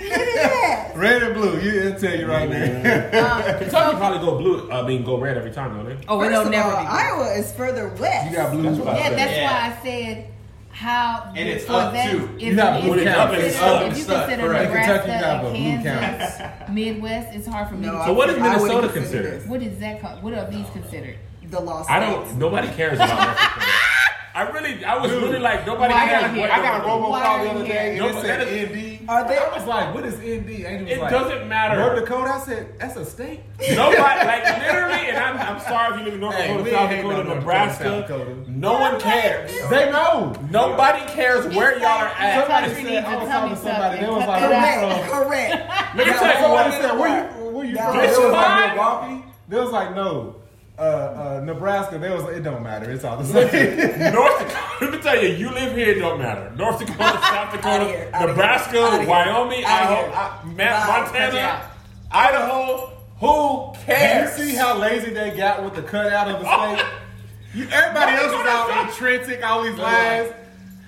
A: it
B: Red and blue. You it'll tell you right now.
A: has. Um,
D: Kentucky probably go blue. I mean, go red every time, don't they?
A: oh,
C: First
A: it'll
C: of
A: never
C: all,
A: be.
C: Iowa is further west.
B: You got blue.
D: what I
A: Yeah, that's
E: Yeah.
A: why I said how.
E: And it's
A: for
E: up,
A: that,
E: too.
A: If,
B: You got
A: if
B: blue
A: you
B: county.
A: consider-
B: It's up,
A: If you
E: it's up,
A: consider
E: correct.
B: In Kentucky,
A: Nebraska
B: you got
A: and
B: blue county.
A: Kansas, Midwest, it's hard for me.
C: No,
A: to
C: I
D: So what is
C: wouldn't- I wouldn't
D: Minnesota
C: consider
D: considered?
A: What is that called? What are these considered?
C: this The lost
D: I
C: states.
D: don't. Nobody cares about North Dakota. I really, I was really like nobody
A: Why
D: cares.
A: are you
D: what
A: here?
B: I got a
D: North Dakota-
B: robocall the other day and
D: No,
B: it
D: but
B: said
D: that is-
B: ND.
C: Are they-
B: Uh, I was like, what is ND? Angel was
D: It
B: like,
D: doesn't matter.
B: North Dakota. I said, that's a state.
D: Nobody, like literally, and I'm, I'm sorry if you live in North
B: Hey,
D: Dakota,
B: we
D: South
B: ain't hating
D: Dakota,
B: on North
D: Nebraska.
B: Dakota, South Dakota.
D: No one cares.
B: They know.
D: Nobody cares where y'all are at.
B: Somebody
A: Country
B: said,
A: needs
B: I
A: to
B: was
A: tell
B: talking
A: me
B: to somebody. They
A: something.
B: was
A: Cut
B: like,
A: that
B: where you
A: out.
B: from?
C: Correct. Correct.
D: Let me
C: Now,
D: tell you
B: Somebody
D: what.
B: said, where you, where you
C: Nah.
B: from? They
C: This
D: fine?
B: was like, Milwaukee. They was like, no. Uh, uh, Nebraska. They was like, it don't matter. It's all the same.
D: North Dakota. Let me tell you, you live here, it don't matter. North Dakota, South Dakota,
C: Outta here, outta here,
D: Nebraska,
C: outta here,
D: Wyoming,
C: outta
D: Idaho,
C: here.
D: I- Ma-
C: Bye.
D: Montana,
A: Yeah.
D: Idaho. Who
B: you
D: cares?
B: see how lazy they got with the cutout of the state? You, everybody else is all intrinsic, all these lines.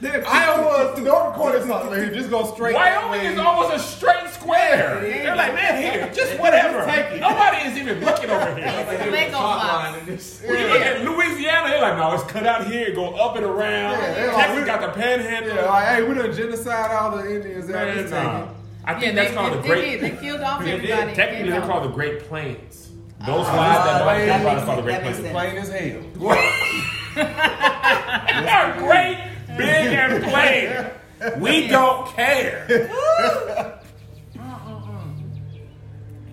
C: They're-
B: Iowa, North Dakota is not. Just go straight. that
D: Wyoming
B: way.
D: is almost a straight square.
A: It is.
D: They're like, man, here, just whatever.
B: Just take it.
D: Nobody is even looking over here.
B: "Oh,
A: It's a Lego box.
D: When you look at Louisiana, they're like, no, it's cut out here, go up and around.
B: Yeah, they're like,
D: Texas
B: we-
D: got the panhandle.
B: Yeah, like, hey, we done genocide all the Indians out
D: Man,
B: this
D: nah.
B: thing.
D: I think
A: Yeah,
D: that's
A: they-
D: called the
A: they
D: Great.
A: did. They killed off
D: They did.
A: everybody.
D: Technically,
A: They
D: they're
A: killed
D: called the Great Plains. Those lives that
B: that
D: lost that
C: makes-
D: are called the Great
C: that makes
D: Plains.
C: sense.
B: Plain as hell.
D: They are great, big, and plain. We don't care.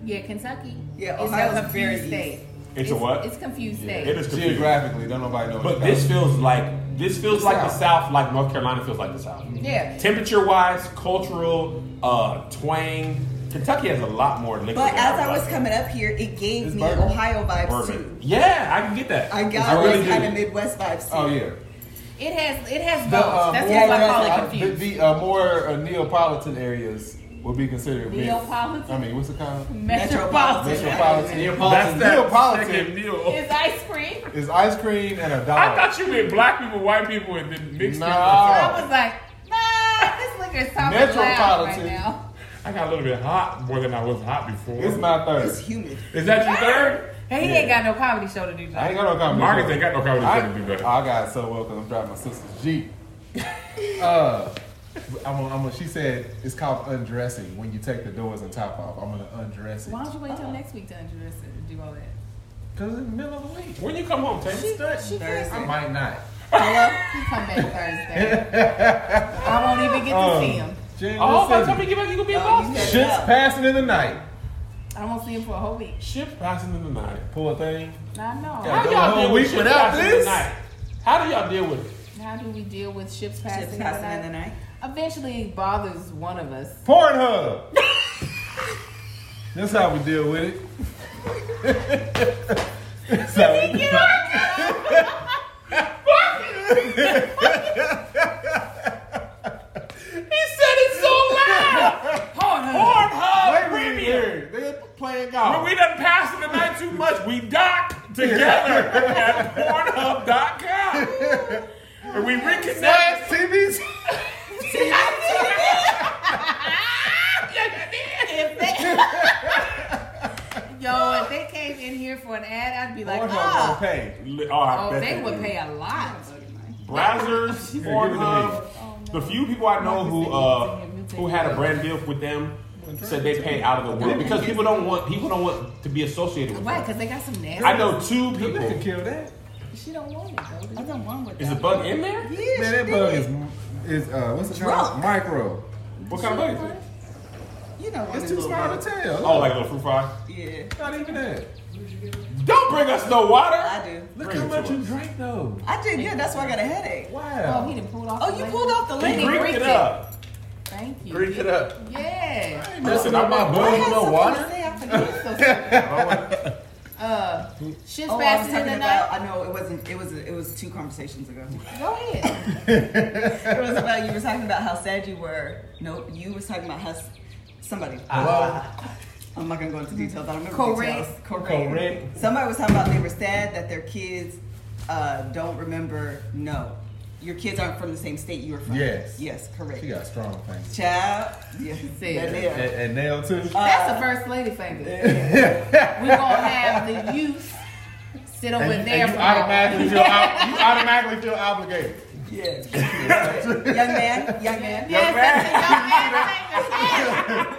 A: Yeah, Kentucky.
C: Yeah,
A: it's
C: Ohio's
A: a confused
C: very
A: state.
D: It's a what?
A: It's confused
D: Yeah,
A: state.
D: it is confusing.
B: Geographically, don't nobody know.
D: But
B: what you're
D: this feels like this feels like the
B: South.
D: South, like North Carolina feels like the South.
A: Yeah.
D: Temperature wise, cultural, uh, twang. Kentucky has a lot more liquor.
C: But
D: than
C: as I
D: would
C: was
D: like.
C: coming up here, it gave
B: It's
C: me
B: bourbon.
C: Ohio vibes
D: Bourbon.
C: too.
D: Yeah, I can get that.
C: I
D: I
C: got
D: really
C: those
D: do.
C: kind of Midwest vibes too.
B: Oh yeah.
A: It has it has both.
B: The, uh,
A: That's
B: more-
A: why I call
B: uh,
A: it confused.
B: The, the, uh, more uh, Neapolitan areas will be considered mixed.
A: Neapolitan?
B: I mean, what's it called?
A: Metropolitan.
B: Metropolitan.
E: Neapolitan.
B: That's Neapolitan
D: second meal.
A: Is ice cream?
B: is ice cream and a dollar.
D: I thought you meant black people, white people, and then mixed
B: Nah.
D: people.
A: I was like, nah, this liquor is talking loud right
B: Metropolitan.
A: now.
D: I got a little bit hot more than I was hot before.
B: it's my
C: It's
B: third.
C: humid.
D: Is that your third?
A: Hey, he ain't got no comedy show to do.
B: I
A: tonight.
B: ain't got no comment.
D: Marcus ain't got no comedy
B: I, Oh,
D: to do better.
B: I got so well because I'm driving my sister's Jeep. uh, I'm gonna- I'm gonna- she said it's called undressing when you take the doors and top off. I'm gonna undress it.
A: Why don't you wait till next week to undress it and do all that?
B: Because it's the middle of the week.
D: When you come home, Taylor?
A: She
C: Thursday.
A: could.
B: I might not.
A: Hello? He come back Thursday. I won't even get
B: Um.
A: to see him.
B: Jen,
D: Oh, by the
B: listen.
D: time you get back, you gonna be a
C: Oh,
D: boss.
C: you said-
B: Shit's
C: Yeah.
B: passing in the night.
A: I won't see him for a whole week.
D: Ship passing in the night.
B: Poor thing.
A: I know.
B: Yeah.
D: How do
B: Go a
D: y'all
B: whole
D: deal
B: week
D: with ship
B: without
D: passing in the
B: this?
D: night? How do y'all deal with it?
A: How do we deal with ships passing,
C: Chips passing in the night.
A: Eventually, it bothers one of us.
B: Pornhub. That's how we deal with it. That's how we deal-
D: He said it so loud.
A: Pornhub.
D: Pornhub
B: Wait, wait,
D: Premium.
B: wait. They're playing
D: When
B: golf.
D: we done passing the night too much, we dock together at Pornhub.com. And we reconnect.
B: Slash TVs.
A: If they- Yo, if they came in here for an ad, I'd be like,
B: Pornhub
A: ah.
B: gonna pay.
D: Oh, I
A: Oh,
D: bet
A: they would
D: do.
A: pay a lot.
D: Brazzers,
B: Here, give it to
D: Pornhub. The few people I know who uh, who had a brand deal with them said they pay out of the world because people don't want people don't want to be associated with
A: Why?
D: them.
A: Because they got some nasty.
D: I know two
B: You can
D: people.
B: kill that.
A: She don't want it though.
C: I don't want with
D: Is the
C: that.
D: bug in there?
C: Yeah, she
B: Man, that bug is is uh what's it called?
C: Drunk.
B: Micro.
D: What kind of bug is it?
C: You know,
B: It's too small to tell.
D: Oh, like a little fruit fly.
C: Yeah,
B: not even that.
D: Don't bring us no water.
C: I do.
B: Look
D: Bring
B: how
D: it
B: much
D: to
B: you
D: us.
B: drank though.
C: I did. Yeah, that's why I got a headache.
A: Oh,
B: Wow.
A: he done pulled off.
C: Oh, you pulled off the
D: He
C: lady.
A: Drink
D: Greek it
A: it.
D: up.
A: Thank you.
D: Greek it up.
C: Oh,
A: Yeah.
B: Listen, I'm my
C: I
B: bug
C: had
B: with no
C: something
B: water.
C: to say. I forgot.
A: Oh, Uh, shit's
C: Oh, I was
A: passing in
C: talking
A: the
C: about.
A: night.
C: I know it wasn't. It was. It was two conversations ago.
A: Go ahead.
C: It was about you were talking about how sad you were. Nope. You was talking about how s- somebody.
B: Ah.
C: I'm not gonna go into details. I don't remember
A: Correct.
C: details. Correct.
B: Correct.
C: Somebody was talking about they were sad that their kids uh, don't remember. No, your kids aren't from the same state you were from.
B: Yes.
C: Yes. Correct.
B: She got strong things.
C: Child. Yes.
A: See.
C: That
B: And,
C: is.
B: and nail too.
C: Uh,
A: That's the first lady finger. We're gonna have the youth sit over
B: And, you-
A: there
B: and you
A: for
B: automatically feel ob- you automatically feel obligated.
C: Yes. young man. Young man.
A: Yes,
D: Young man.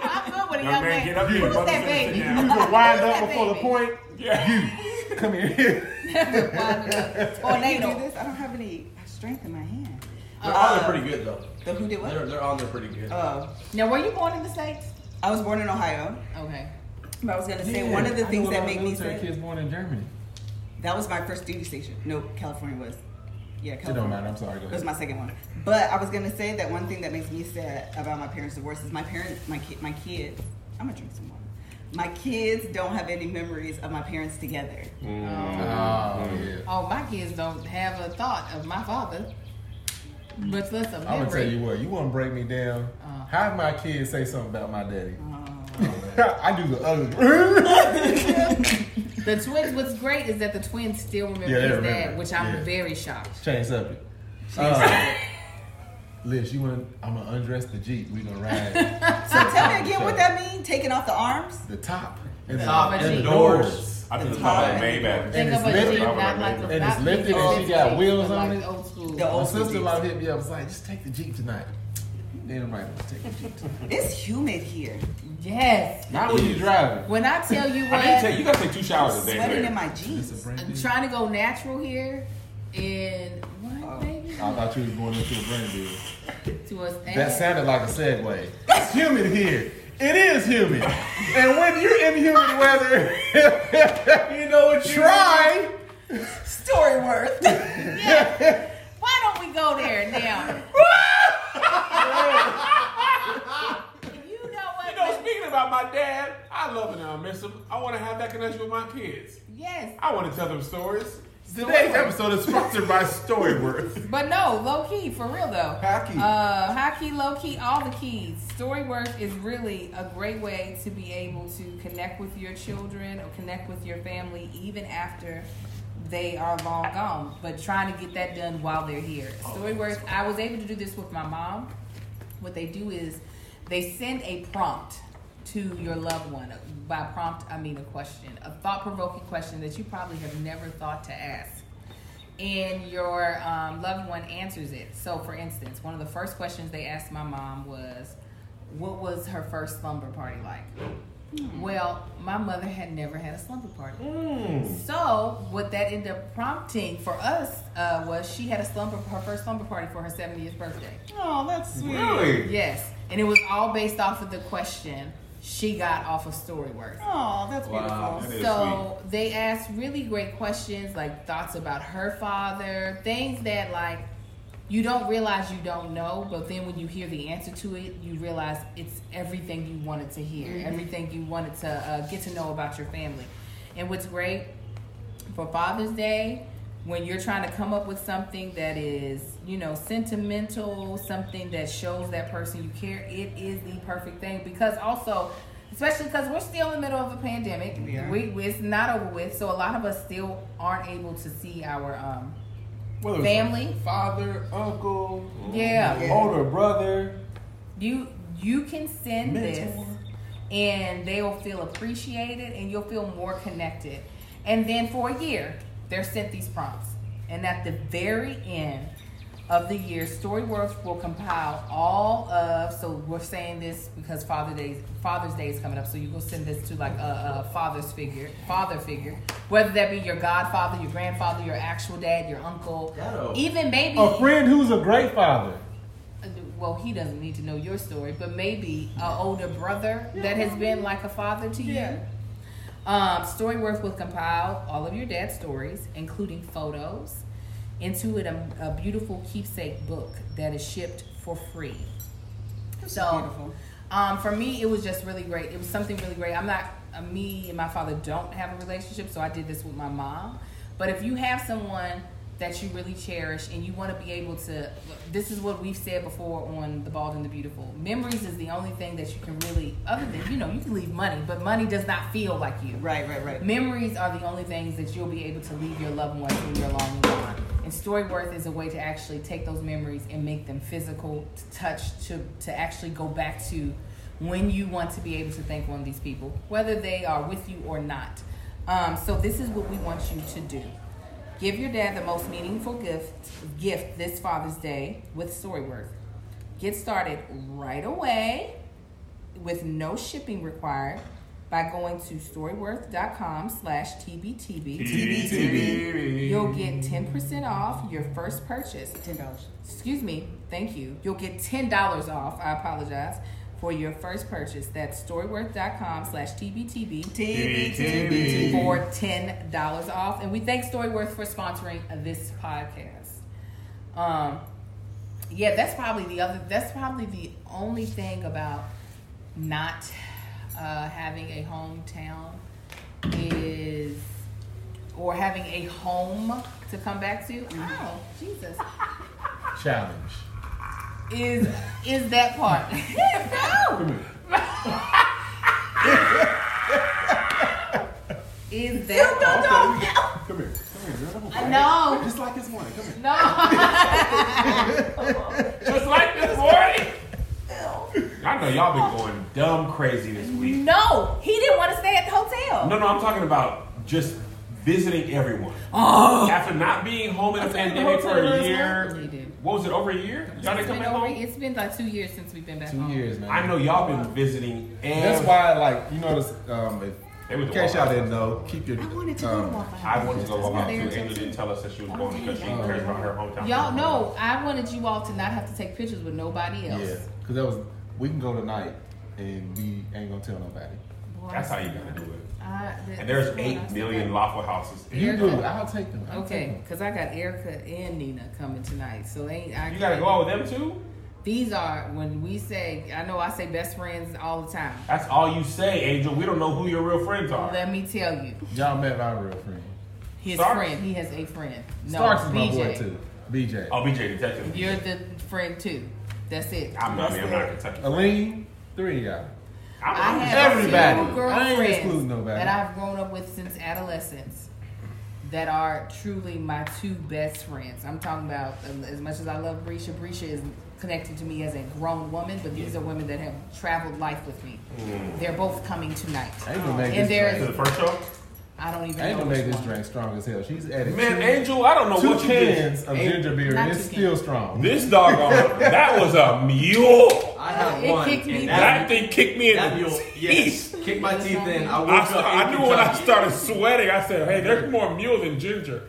A: that's the young man finger. Yes. I'm good with a
D: Young
A: young
D: man,
A: man.
D: get up here.
A: Who's
D: Mother's
A: that
D: gonna sit
A: baby?
D: down.
B: You can wind
A: Who's
B: up
A: that
B: before the
A: baby?
B: point.
D: Yeah.
B: Come here.
A: Or
C: Can Oh, you
A: they
C: do
A: don't.
C: this? I don't have any strength in my hand.
E: They're on there pretty good though.
C: The who did
E: They're
C: what?
E: they're on there pretty good.
C: Uh,
A: Now, were you born in the states?
C: I was born in Ohio.
A: Okay.
C: But I was gonna say one of the things that make me
B: say
C: sad.
B: kids born in Germany.
C: That was my first duty station. No, California was. Yeah,
B: It don't
C: California.
B: matter. I'm sorry. Go
C: It was
B: ahead.
C: my second one. But I was gonna say that one thing that makes me sad about my parents' divorce is my parents, my kid, my kids. I'm gonna drink some water. My kids don't have any memories of my parents together.
D: Mm.
A: Um,
B: Oh yeah.
A: Oh, my kids don't have a thought of my father, much less a memory.
B: I'm gonna tell you what. You wanna break me down?
A: Uh.
B: Have my kids say something about my daddy.
C: Oh.
B: I do the other.
A: The twins. What's great is that the twins still remember
B: Yeah, they
A: his
B: remember.
A: dad, which I'm
B: Yeah.
A: very shocked.
B: Change subject. Uh, Liz, you want? to I'm gonna undress the jeep. We gonna ride
C: So tell me again what that means. Taking off the arms.
B: the top and the,
E: Top
A: and
E: and
A: the
E: the
B: doors.
E: doors.
D: I think it's
C: top
D: about
C: and
D: Maybach.
B: the
A: Think
B: it's
A: of a
B: lifted.
A: Jeep, not like the
B: And it's
A: not the
B: lifted and she
A: old
B: got
A: Jeep,
B: wheels
A: but
B: on
A: like
B: it.
A: the Old school.
C: The old-
B: My
C: Also
B: sister-in-law
C: jeeps.
B: hit me up. Was like, just take the jeep tonight. Then I'm like, let's take the jeep. Tonight.
C: It's humid here.
A: Yes.
B: Not when you driving.
A: When I tell you
D: I did
A: what,
D: tell you, you gotta take two showers a day.
C: Sweating in
D: man.
C: my
B: It's a
C: jeans.
B: brand
A: I'm
B: new.
A: trying to go natural here, and what,
C: Oh.
A: baby?
B: I thought you was going into a brand deal.
A: To us,
B: That sounded like a segue. It's humid here. It is humid. And when you're in humid weather,
E: You know what you
B: try.
C: Story worth.
A: Yeah. Why don't we go there now? you know what?
D: You know, speaking about my dad, I love him and I miss him. I want to have that connection with my kids.
A: yes.
D: I want to tell them stories.
B: Today's episode is sponsored by Storyworth.
A: But no, low key, for real though.
B: High key.
A: Uh, high key, low key, all the keys. Storyworth is really a great way to be able to connect with your children or connect with your family even after they are long gone, but trying to get that done while they're here. Storyworth, I was able to do this with my mom. What they do is they send a prompt to your loved one. By prompt, I mean a question, a thought provoking question that you probably have never thought to ask and your um, loved one answers it. So, for instance, one of the first questions they asked my mom was, "What was her first slumber party like?" Well, my mother had never had a slumber party. So, what that ended up prompting for us uh, was she had a slumber, her first slumber party for her 70th birthday.
C: Oh, that's sweet.
D: Really?
A: Yes, and it was all based off of the question she got off of StoryWorks.
C: Oh, that's
E: Wow.
C: beautiful.
D: That is
A: So they asked really great questions, like thoughts about her father, things that like you don't realize you don't know, but then when you hear the answer to it, you realize it's everything you wanted to hear, everything you wanted to uh, get to know about your family. And what's great for Father's Day, when you're trying to come up with something that is, you know, sentimental, something that shows that person you care, it is the perfect thing because also, especially because we're still in the middle of a pandemic,
C: We are.
A: we, we it's not over with, so a lot of us still aren't able to see our um
B: Whether it's
A: family.
B: Father, uncle,
A: Yeah.
C: Yeah.
B: older brother.
A: You you can send
B: Mentor.
A: this and they'll feel appreciated and you'll feel more connected. And then for a year, they're sent these prompts. And at the very end of the year, Storyworth will compile all of so we're saying this because Father Day Father's Day is coming up, so you will send this to like a, a father's figure, father figure, whether that be your godfather, your grandfather, your actual dad, your uncle,
E: That'll-
A: even maybe
B: A friend who's a great father.
A: well, he doesn't need to know your story, but maybe an older brother that has been like a father to you.
C: Yeah.
A: Um, Storyworth will compile all of your dad's stories, including photos, into it a, a beautiful keepsake book that is shipped for free. So,
C: beautiful.
A: um, for me, it was just really great. It was something really great. I'm not uh, me and my father don't have a relationship, so I did this with my mom. But if you have someone that you really cherish and you want to be able to, this is what we've said before on the Bald and the Beautiful. Memories is the only thing that you can really, other than you know, you can leave money, but money does not feel like you.
C: Right, right, right.
A: Memories are the only things that you'll be able to leave your loved ones when you're long gone. And Storyworth is a way to actually take those memories and make them physical, to touch, to, to actually go back to when you want to be able to thank one of these people, whether they are with you or not. Um, so, this is what we want you to do. Give your dad the most meaningful gift, gift this Father's Day with Storyworth. Get started right away with no shipping required by going to storyworth.com slash tbtb you'll get 10% off your first purchase
C: Ten dollars.
A: excuse me thank you you'll get $10 off i apologize for your first purchase that's storyworth.com slash tbtb for $10 off. And we thank Storyworth for sponsoring this podcast. Um, yeah, that's probably the other, that's probably the only thing about not uh, having a hometown is, or having a home to come back to.
B: Mm-hmm.
A: Oh, Jesus.
B: Challenge.
A: Is is that part? no. is that part?
B: Come here. Come here, girl.
A: No,
B: Just like this one. Come here.
A: no.
D: Just like this know y'all been going dumb crazy this week.
A: No, he didn't want to stay at the hotel.
D: No, no, I'm talking about just visiting everyone. After not being home in a
C: stayed in the
D: pandemic for
C: hotel
D: a
C: last
D: year,
A: month. He did.
D: what was it, over a year? Y'all didn't
A: It's
D: come
A: been,
D: back
A: over,
D: home?
A: it's been like two years since we've been back
B: Two
A: home.
B: years, man.
D: I know y'all been visiting and
B: That's why, like, you notice, um, if,
D: They went to
B: in case
D: Waffle
B: y'all
D: House.
B: didn't know, keep your.
C: I wanted to go to
B: um,
C: Waffle House.
D: I wanted to go
C: That's
D: home
C: not
D: too.
C: there,
D: Angela
C: Jesse.
D: didn't tell us that she was going because she
B: Oh.
D: cares about her hometown.
A: Y'all know I wanted you all to not have to take pictures with nobody else.
B: yeah, because that was we can go tonight and we ain't gonna tell nobody.
A: Boy,
D: That's how you gotta do it.
A: I- that-
D: And there's
A: that's what I
D: eight
A: said.
D: million lawful houses. in
B: You
A: Yeah.
B: do. I'll take them. I'll take
A: Okay,
B: them.
A: because I got Erica and Nina coming tonight, so ain't I?
D: You gotta go out with them too?
A: These are when we say. I know I say best friends all the time.
D: That's all you say, Angel. We don't know who your real friends are.
A: Let me tell you,
B: Y'all met my real friend.
A: his
D: Starks?
A: friend. He has a friend. No,
B: Starks is my
A: BJ.
B: boy too. BJ.
D: Oh, BJ Detective.
A: You're the friend too. That's it.
D: I'm not, I mean, I'm not Kentucky.
B: Aline, three of y'all.
D: I'm,
A: I
D: I'm just-
A: have
B: Everybody.
A: two
B: I ain't excluding
A: girlfriends
B: nobody.
A: that I've grown up with since adolescence that are truly my two best friends. I'm talking about um, as much as I love Brisha, Brisha is connected to me as a grown woman, but these are women that have traveled life with me.
B: Mm.
A: They're both coming tonight.
B: Angel made
A: And
B: this
A: there's-
D: to the
B: drink.
D: first show.
A: I don't even
B: Angel
A: know which
B: made this
A: one.
B: drink strong as hell. She's added
D: Man,
B: two,
D: Angel, I don't know
B: two
D: what you did.
B: cans of
D: Angel-
B: ginger beer
A: Not
B: and it's
A: two
B: still
A: cans.
B: strong.
D: This doggone, that was a mule.
E: I
A: Uh,
E: had
A: it
E: one.
A: kicked me
E: and
A: back.
D: That
A: That-
D: thing kicked me in
E: That
D: the
E: mule,
D: teeth.
E: yes, kicked my teeth in. I woke
D: I,
E: up.
D: sta-
E: in
D: I knew when I
E: Kentucky.
D: started sweating, I said, hey, there's more mule than ginger.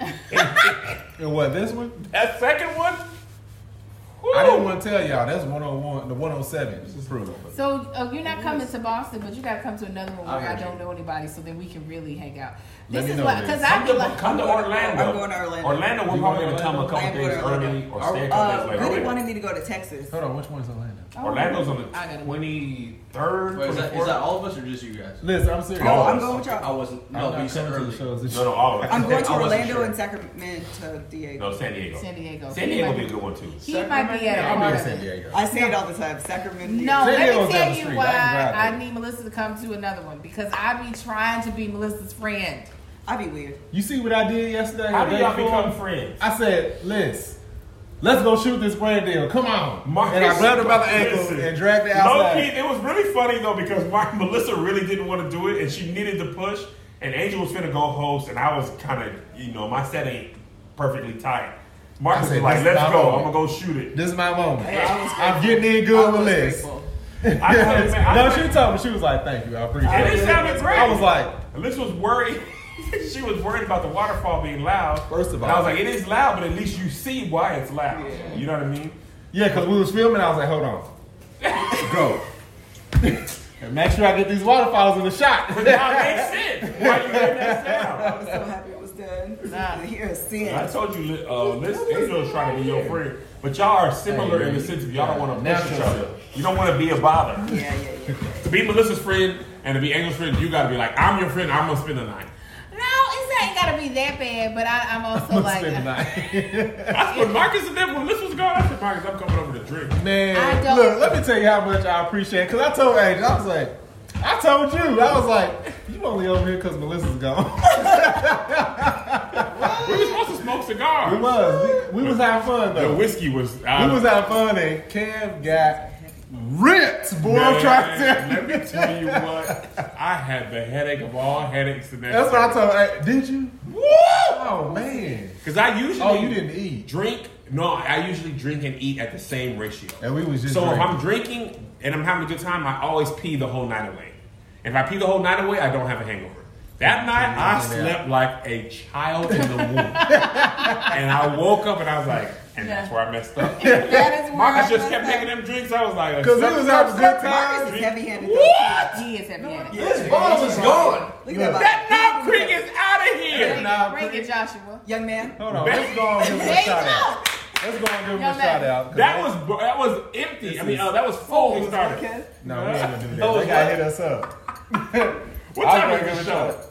B: And what, this one?
D: That second one?
B: I didn't
D: woo.
B: want to tell y'all. That's 101, the 107. This is proof.
A: So uh, you're not coming to Boston, but you gotta come to another one where
E: I
A: I
E: heard
A: don't
E: you.
A: know anybody, so then we can really hang out. This
B: Let me
A: is
B: know
A: what
B: then.
A: because I be like,
D: Come to Orlando.
C: I'm going to Orlando.
D: Orlando, we're
B: You
D: probably gonna
B: going to
D: come a
B: Orlando?
D: couple
C: I am
D: days
C: going to
D: early or
E: Orlando.
D: stay a couple
C: Uh,
B: oh,
D: days
C: Goody
D: later.
C: wanted me to go to Texas.
B: Hold on, which one's Orlando?
D: Orlando's on the
A: I gotta go.
D: 23rd, 24th.
E: Wait, is, that, is that all of us or just you guys?
B: Listen, I'm
D: Oh,
B: serious.
C: No, I'm going with
E: I
C: y'all.
E: wasn't.
B: I'm
E: No,
B: not
E: but you said
B: coming to the
E: early.
B: shows. this
D: No, no, all of
C: I'm
D: us.
C: going to
E: I wasn't
C: Orlando
E: sure.
C: and Sacramento, Diego.
D: No, San Diego.
A: San Diego.
D: San Diego would be a good one too.
A: He might be at
B: year.
A: a
B: I'll be
A: part
B: in
A: of
B: San
A: it.
B: Diego.
C: I say it all the time. Sacramento.
A: No,
B: San
A: let
B: Diego's
A: me
B: down
A: tell
B: the
A: you
B: street.
A: why
B: I can drive
A: I
B: there.
A: need Melissa to come to another one because I be trying to be Melissa's friend.
C: I'd be weird.
B: You see what I did yesterday?
D: How
B: The
D: do
B: day
D: y'all
B: before?
D: become friends?
B: I said, Liz, let's go shoot this brand deal. Come on.
D: Marcus-
B: and I grabbed her by the ankle
D: Listen,
B: and dragged her
D: Low
B: outside.
D: key, it was really funny though because Mark Melissa really didn't want to do it and she needed the push. And Angel was finna go host, and I was kind of, you know, my set ain't perfectly tight. Marcus
B: I said,
D: was like,
B: "This is
D: "Let's
B: my
D: go.
B: moment."
D: I'm gonna go shoot it."
B: this is my moment.
C: I was
B: I'm getting in good
C: I
B: with
C: was
B: Liz.
C: grateful.
D: I told him, man, I
B: no,
D: told
B: she
D: him-
B: told me. She was like, thank you. I appreciate
D: And
B: it.
D: it sounded great.
B: I was like,
D: Alyssa was worried. she was worried about the waterfall being loud.
B: First of
D: and I
B: all-
D: was like, it is loud, but at least you see why it's loud. You know what I mean?
B: yeah, because we was filming. I was like, hold on. go. and make sure I get these waterfalls in the shot.
D: But now it makes sense. Why you hearing that
C: I
D: sound?
C: was so happy it was done.
A: Nah.
C: Here is
D: I
C: sin.
D: told you, li- uh, this Angel is trying to be your friend, but y'all are similar in the sense of y'all don't want to
B: Now
D: push each
B: yourself.
D: other. You don't want to be a bother.
C: Yeah, yeah, yeah.
D: To be Melissa's friend and to be Angel's friend, you got to be like, I'm your friend. I'm gonna spend the night.
A: No, it ain't gotta be that bad, but I, I'm also
B: Let's
A: like,
B: spend the night.
D: That's what Marcus and them when Melissa was gone. I said, Marcus, I'm coming over to drink.
A: I
B: Man,
A: don't-
B: look, let me tell you how much I appreciate Because I told Angel, I was like, I told you. I was like, you only over here because Melissa's gone.
D: We were supposed to smoke cigars.
B: we was. We, we was having fun,
D: The
B: though.
D: whiskey was.
B: We
D: out.
B: was having fun, and Kev got ripped. Boy,
D: Man,
B: I'm trying to tell you.
D: Let me tell you what. I had the headache of all headaches in that.
B: That's what I told her. Did you? Woo! Oh, man.
D: Because I usually.
B: Oh, you didn't eat.
D: Drink. No, I usually drink and eat at the same ratio.
B: And we was just
D: So if
B: drinking.
D: I'm drinking and I'm having a good time, I always pee the whole night away. And if I pee the whole night away, I don't have a hangover. That night, I
B: Yeah.
D: slept like a child in the womb. and I woke up and I was like, and that's where I messed up.
C: That is where
D: Marcus
C: I
D: just
C: was
D: kept
C: at.
D: making them drinks. I was like,
B: Because we was having a good
C: Marcus
B: time.
C: is heavy-handed.
A: he is heavy handed.
E: This ball is gone.
C: Look at that.
D: That knob
C: body.
D: creek is out of here.
A: Bring,
B: Nah,
A: it- bring it, Joshua.
C: Young man.
B: Hold on. Let's go and give him a
A: There you
B: shout out.
A: go.
B: Let's go and give him
A: Y'all
B: a shout
A: mad.
B: out. 'cause
D: That
B: they-
D: was that was empty. I mean, uh, that was full. when we started.
C: Okay.
B: No, we ain't going to do
D: That
B: that.
D: was
B: They got to
D: what?
B: hit us up.
D: What
B: I
D: time
B: gotta
D: is
B: give
D: the
B: it
D: show?
B: up.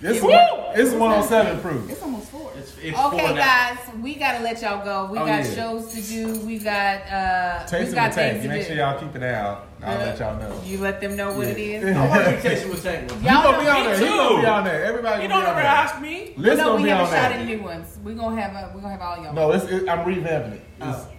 B: This
D: Woo!
B: It's 107 proof.
C: It's almost four.
E: It's, it's four
A: Okay,
E: now.
A: guys, we gotta let y'all go. We
B: Oh,
A: got
B: yeah.
A: shows to do. We got uh,
B: Taste
A: we
B: of
A: got things
B: the tank.
A: to
B: Make
A: do.
B: sure y'all keep it out. I'll let y'all know.
A: You let them know what it is.
E: I want to be Texas with Tank.
A: Y'all
B: You gonna be
A: know-
B: on
D: me
B: there. He
D: too.
B: gonna be on there. Everybody
D: You don't
B: gonna be on
D: ever
B: there.
D: ask me.
B: Liz
A: no,
B: gonna
A: we
B: be on
A: haven't shot
B: there.
A: any new ones. We're gonna have a, we're gonna have all y'all.
B: No, it's, it, I'm revamping it. It's,
E: Oh.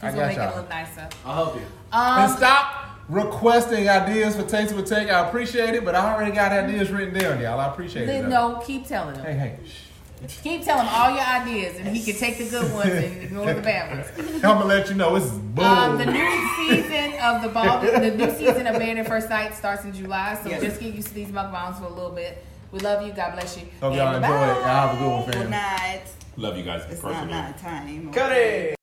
B: I
A: we'll make
B: got
A: it a
B: y'all.
A: little nicer.
E: I'll help you.
B: And
A: Um,
B: stop requesting ideas for Taste with Take. I appreciate it, but I already got ideas written down, y'all. I appreciate it.
A: Then,
B: though.
A: no, keep telling him.
B: Hey, hey. shh.
A: Keep telling him all your ideas, and he can take the good ones and ignore the bad ones.
B: I'm gonna let you know it's boom.
A: Um, the new season of the ball, the new season of Married at First Sight starts in July. So
C: Yes.
A: just get used to these mukbangs for a little bit. We love you. God bless you.
B: Hope y'all
A: And
B: enjoy it. Y'all have a good one,
C: Well,
B: fam.
C: not.
D: Love you guys
C: It's
D: personally.
C: not night time.
E: Cut it.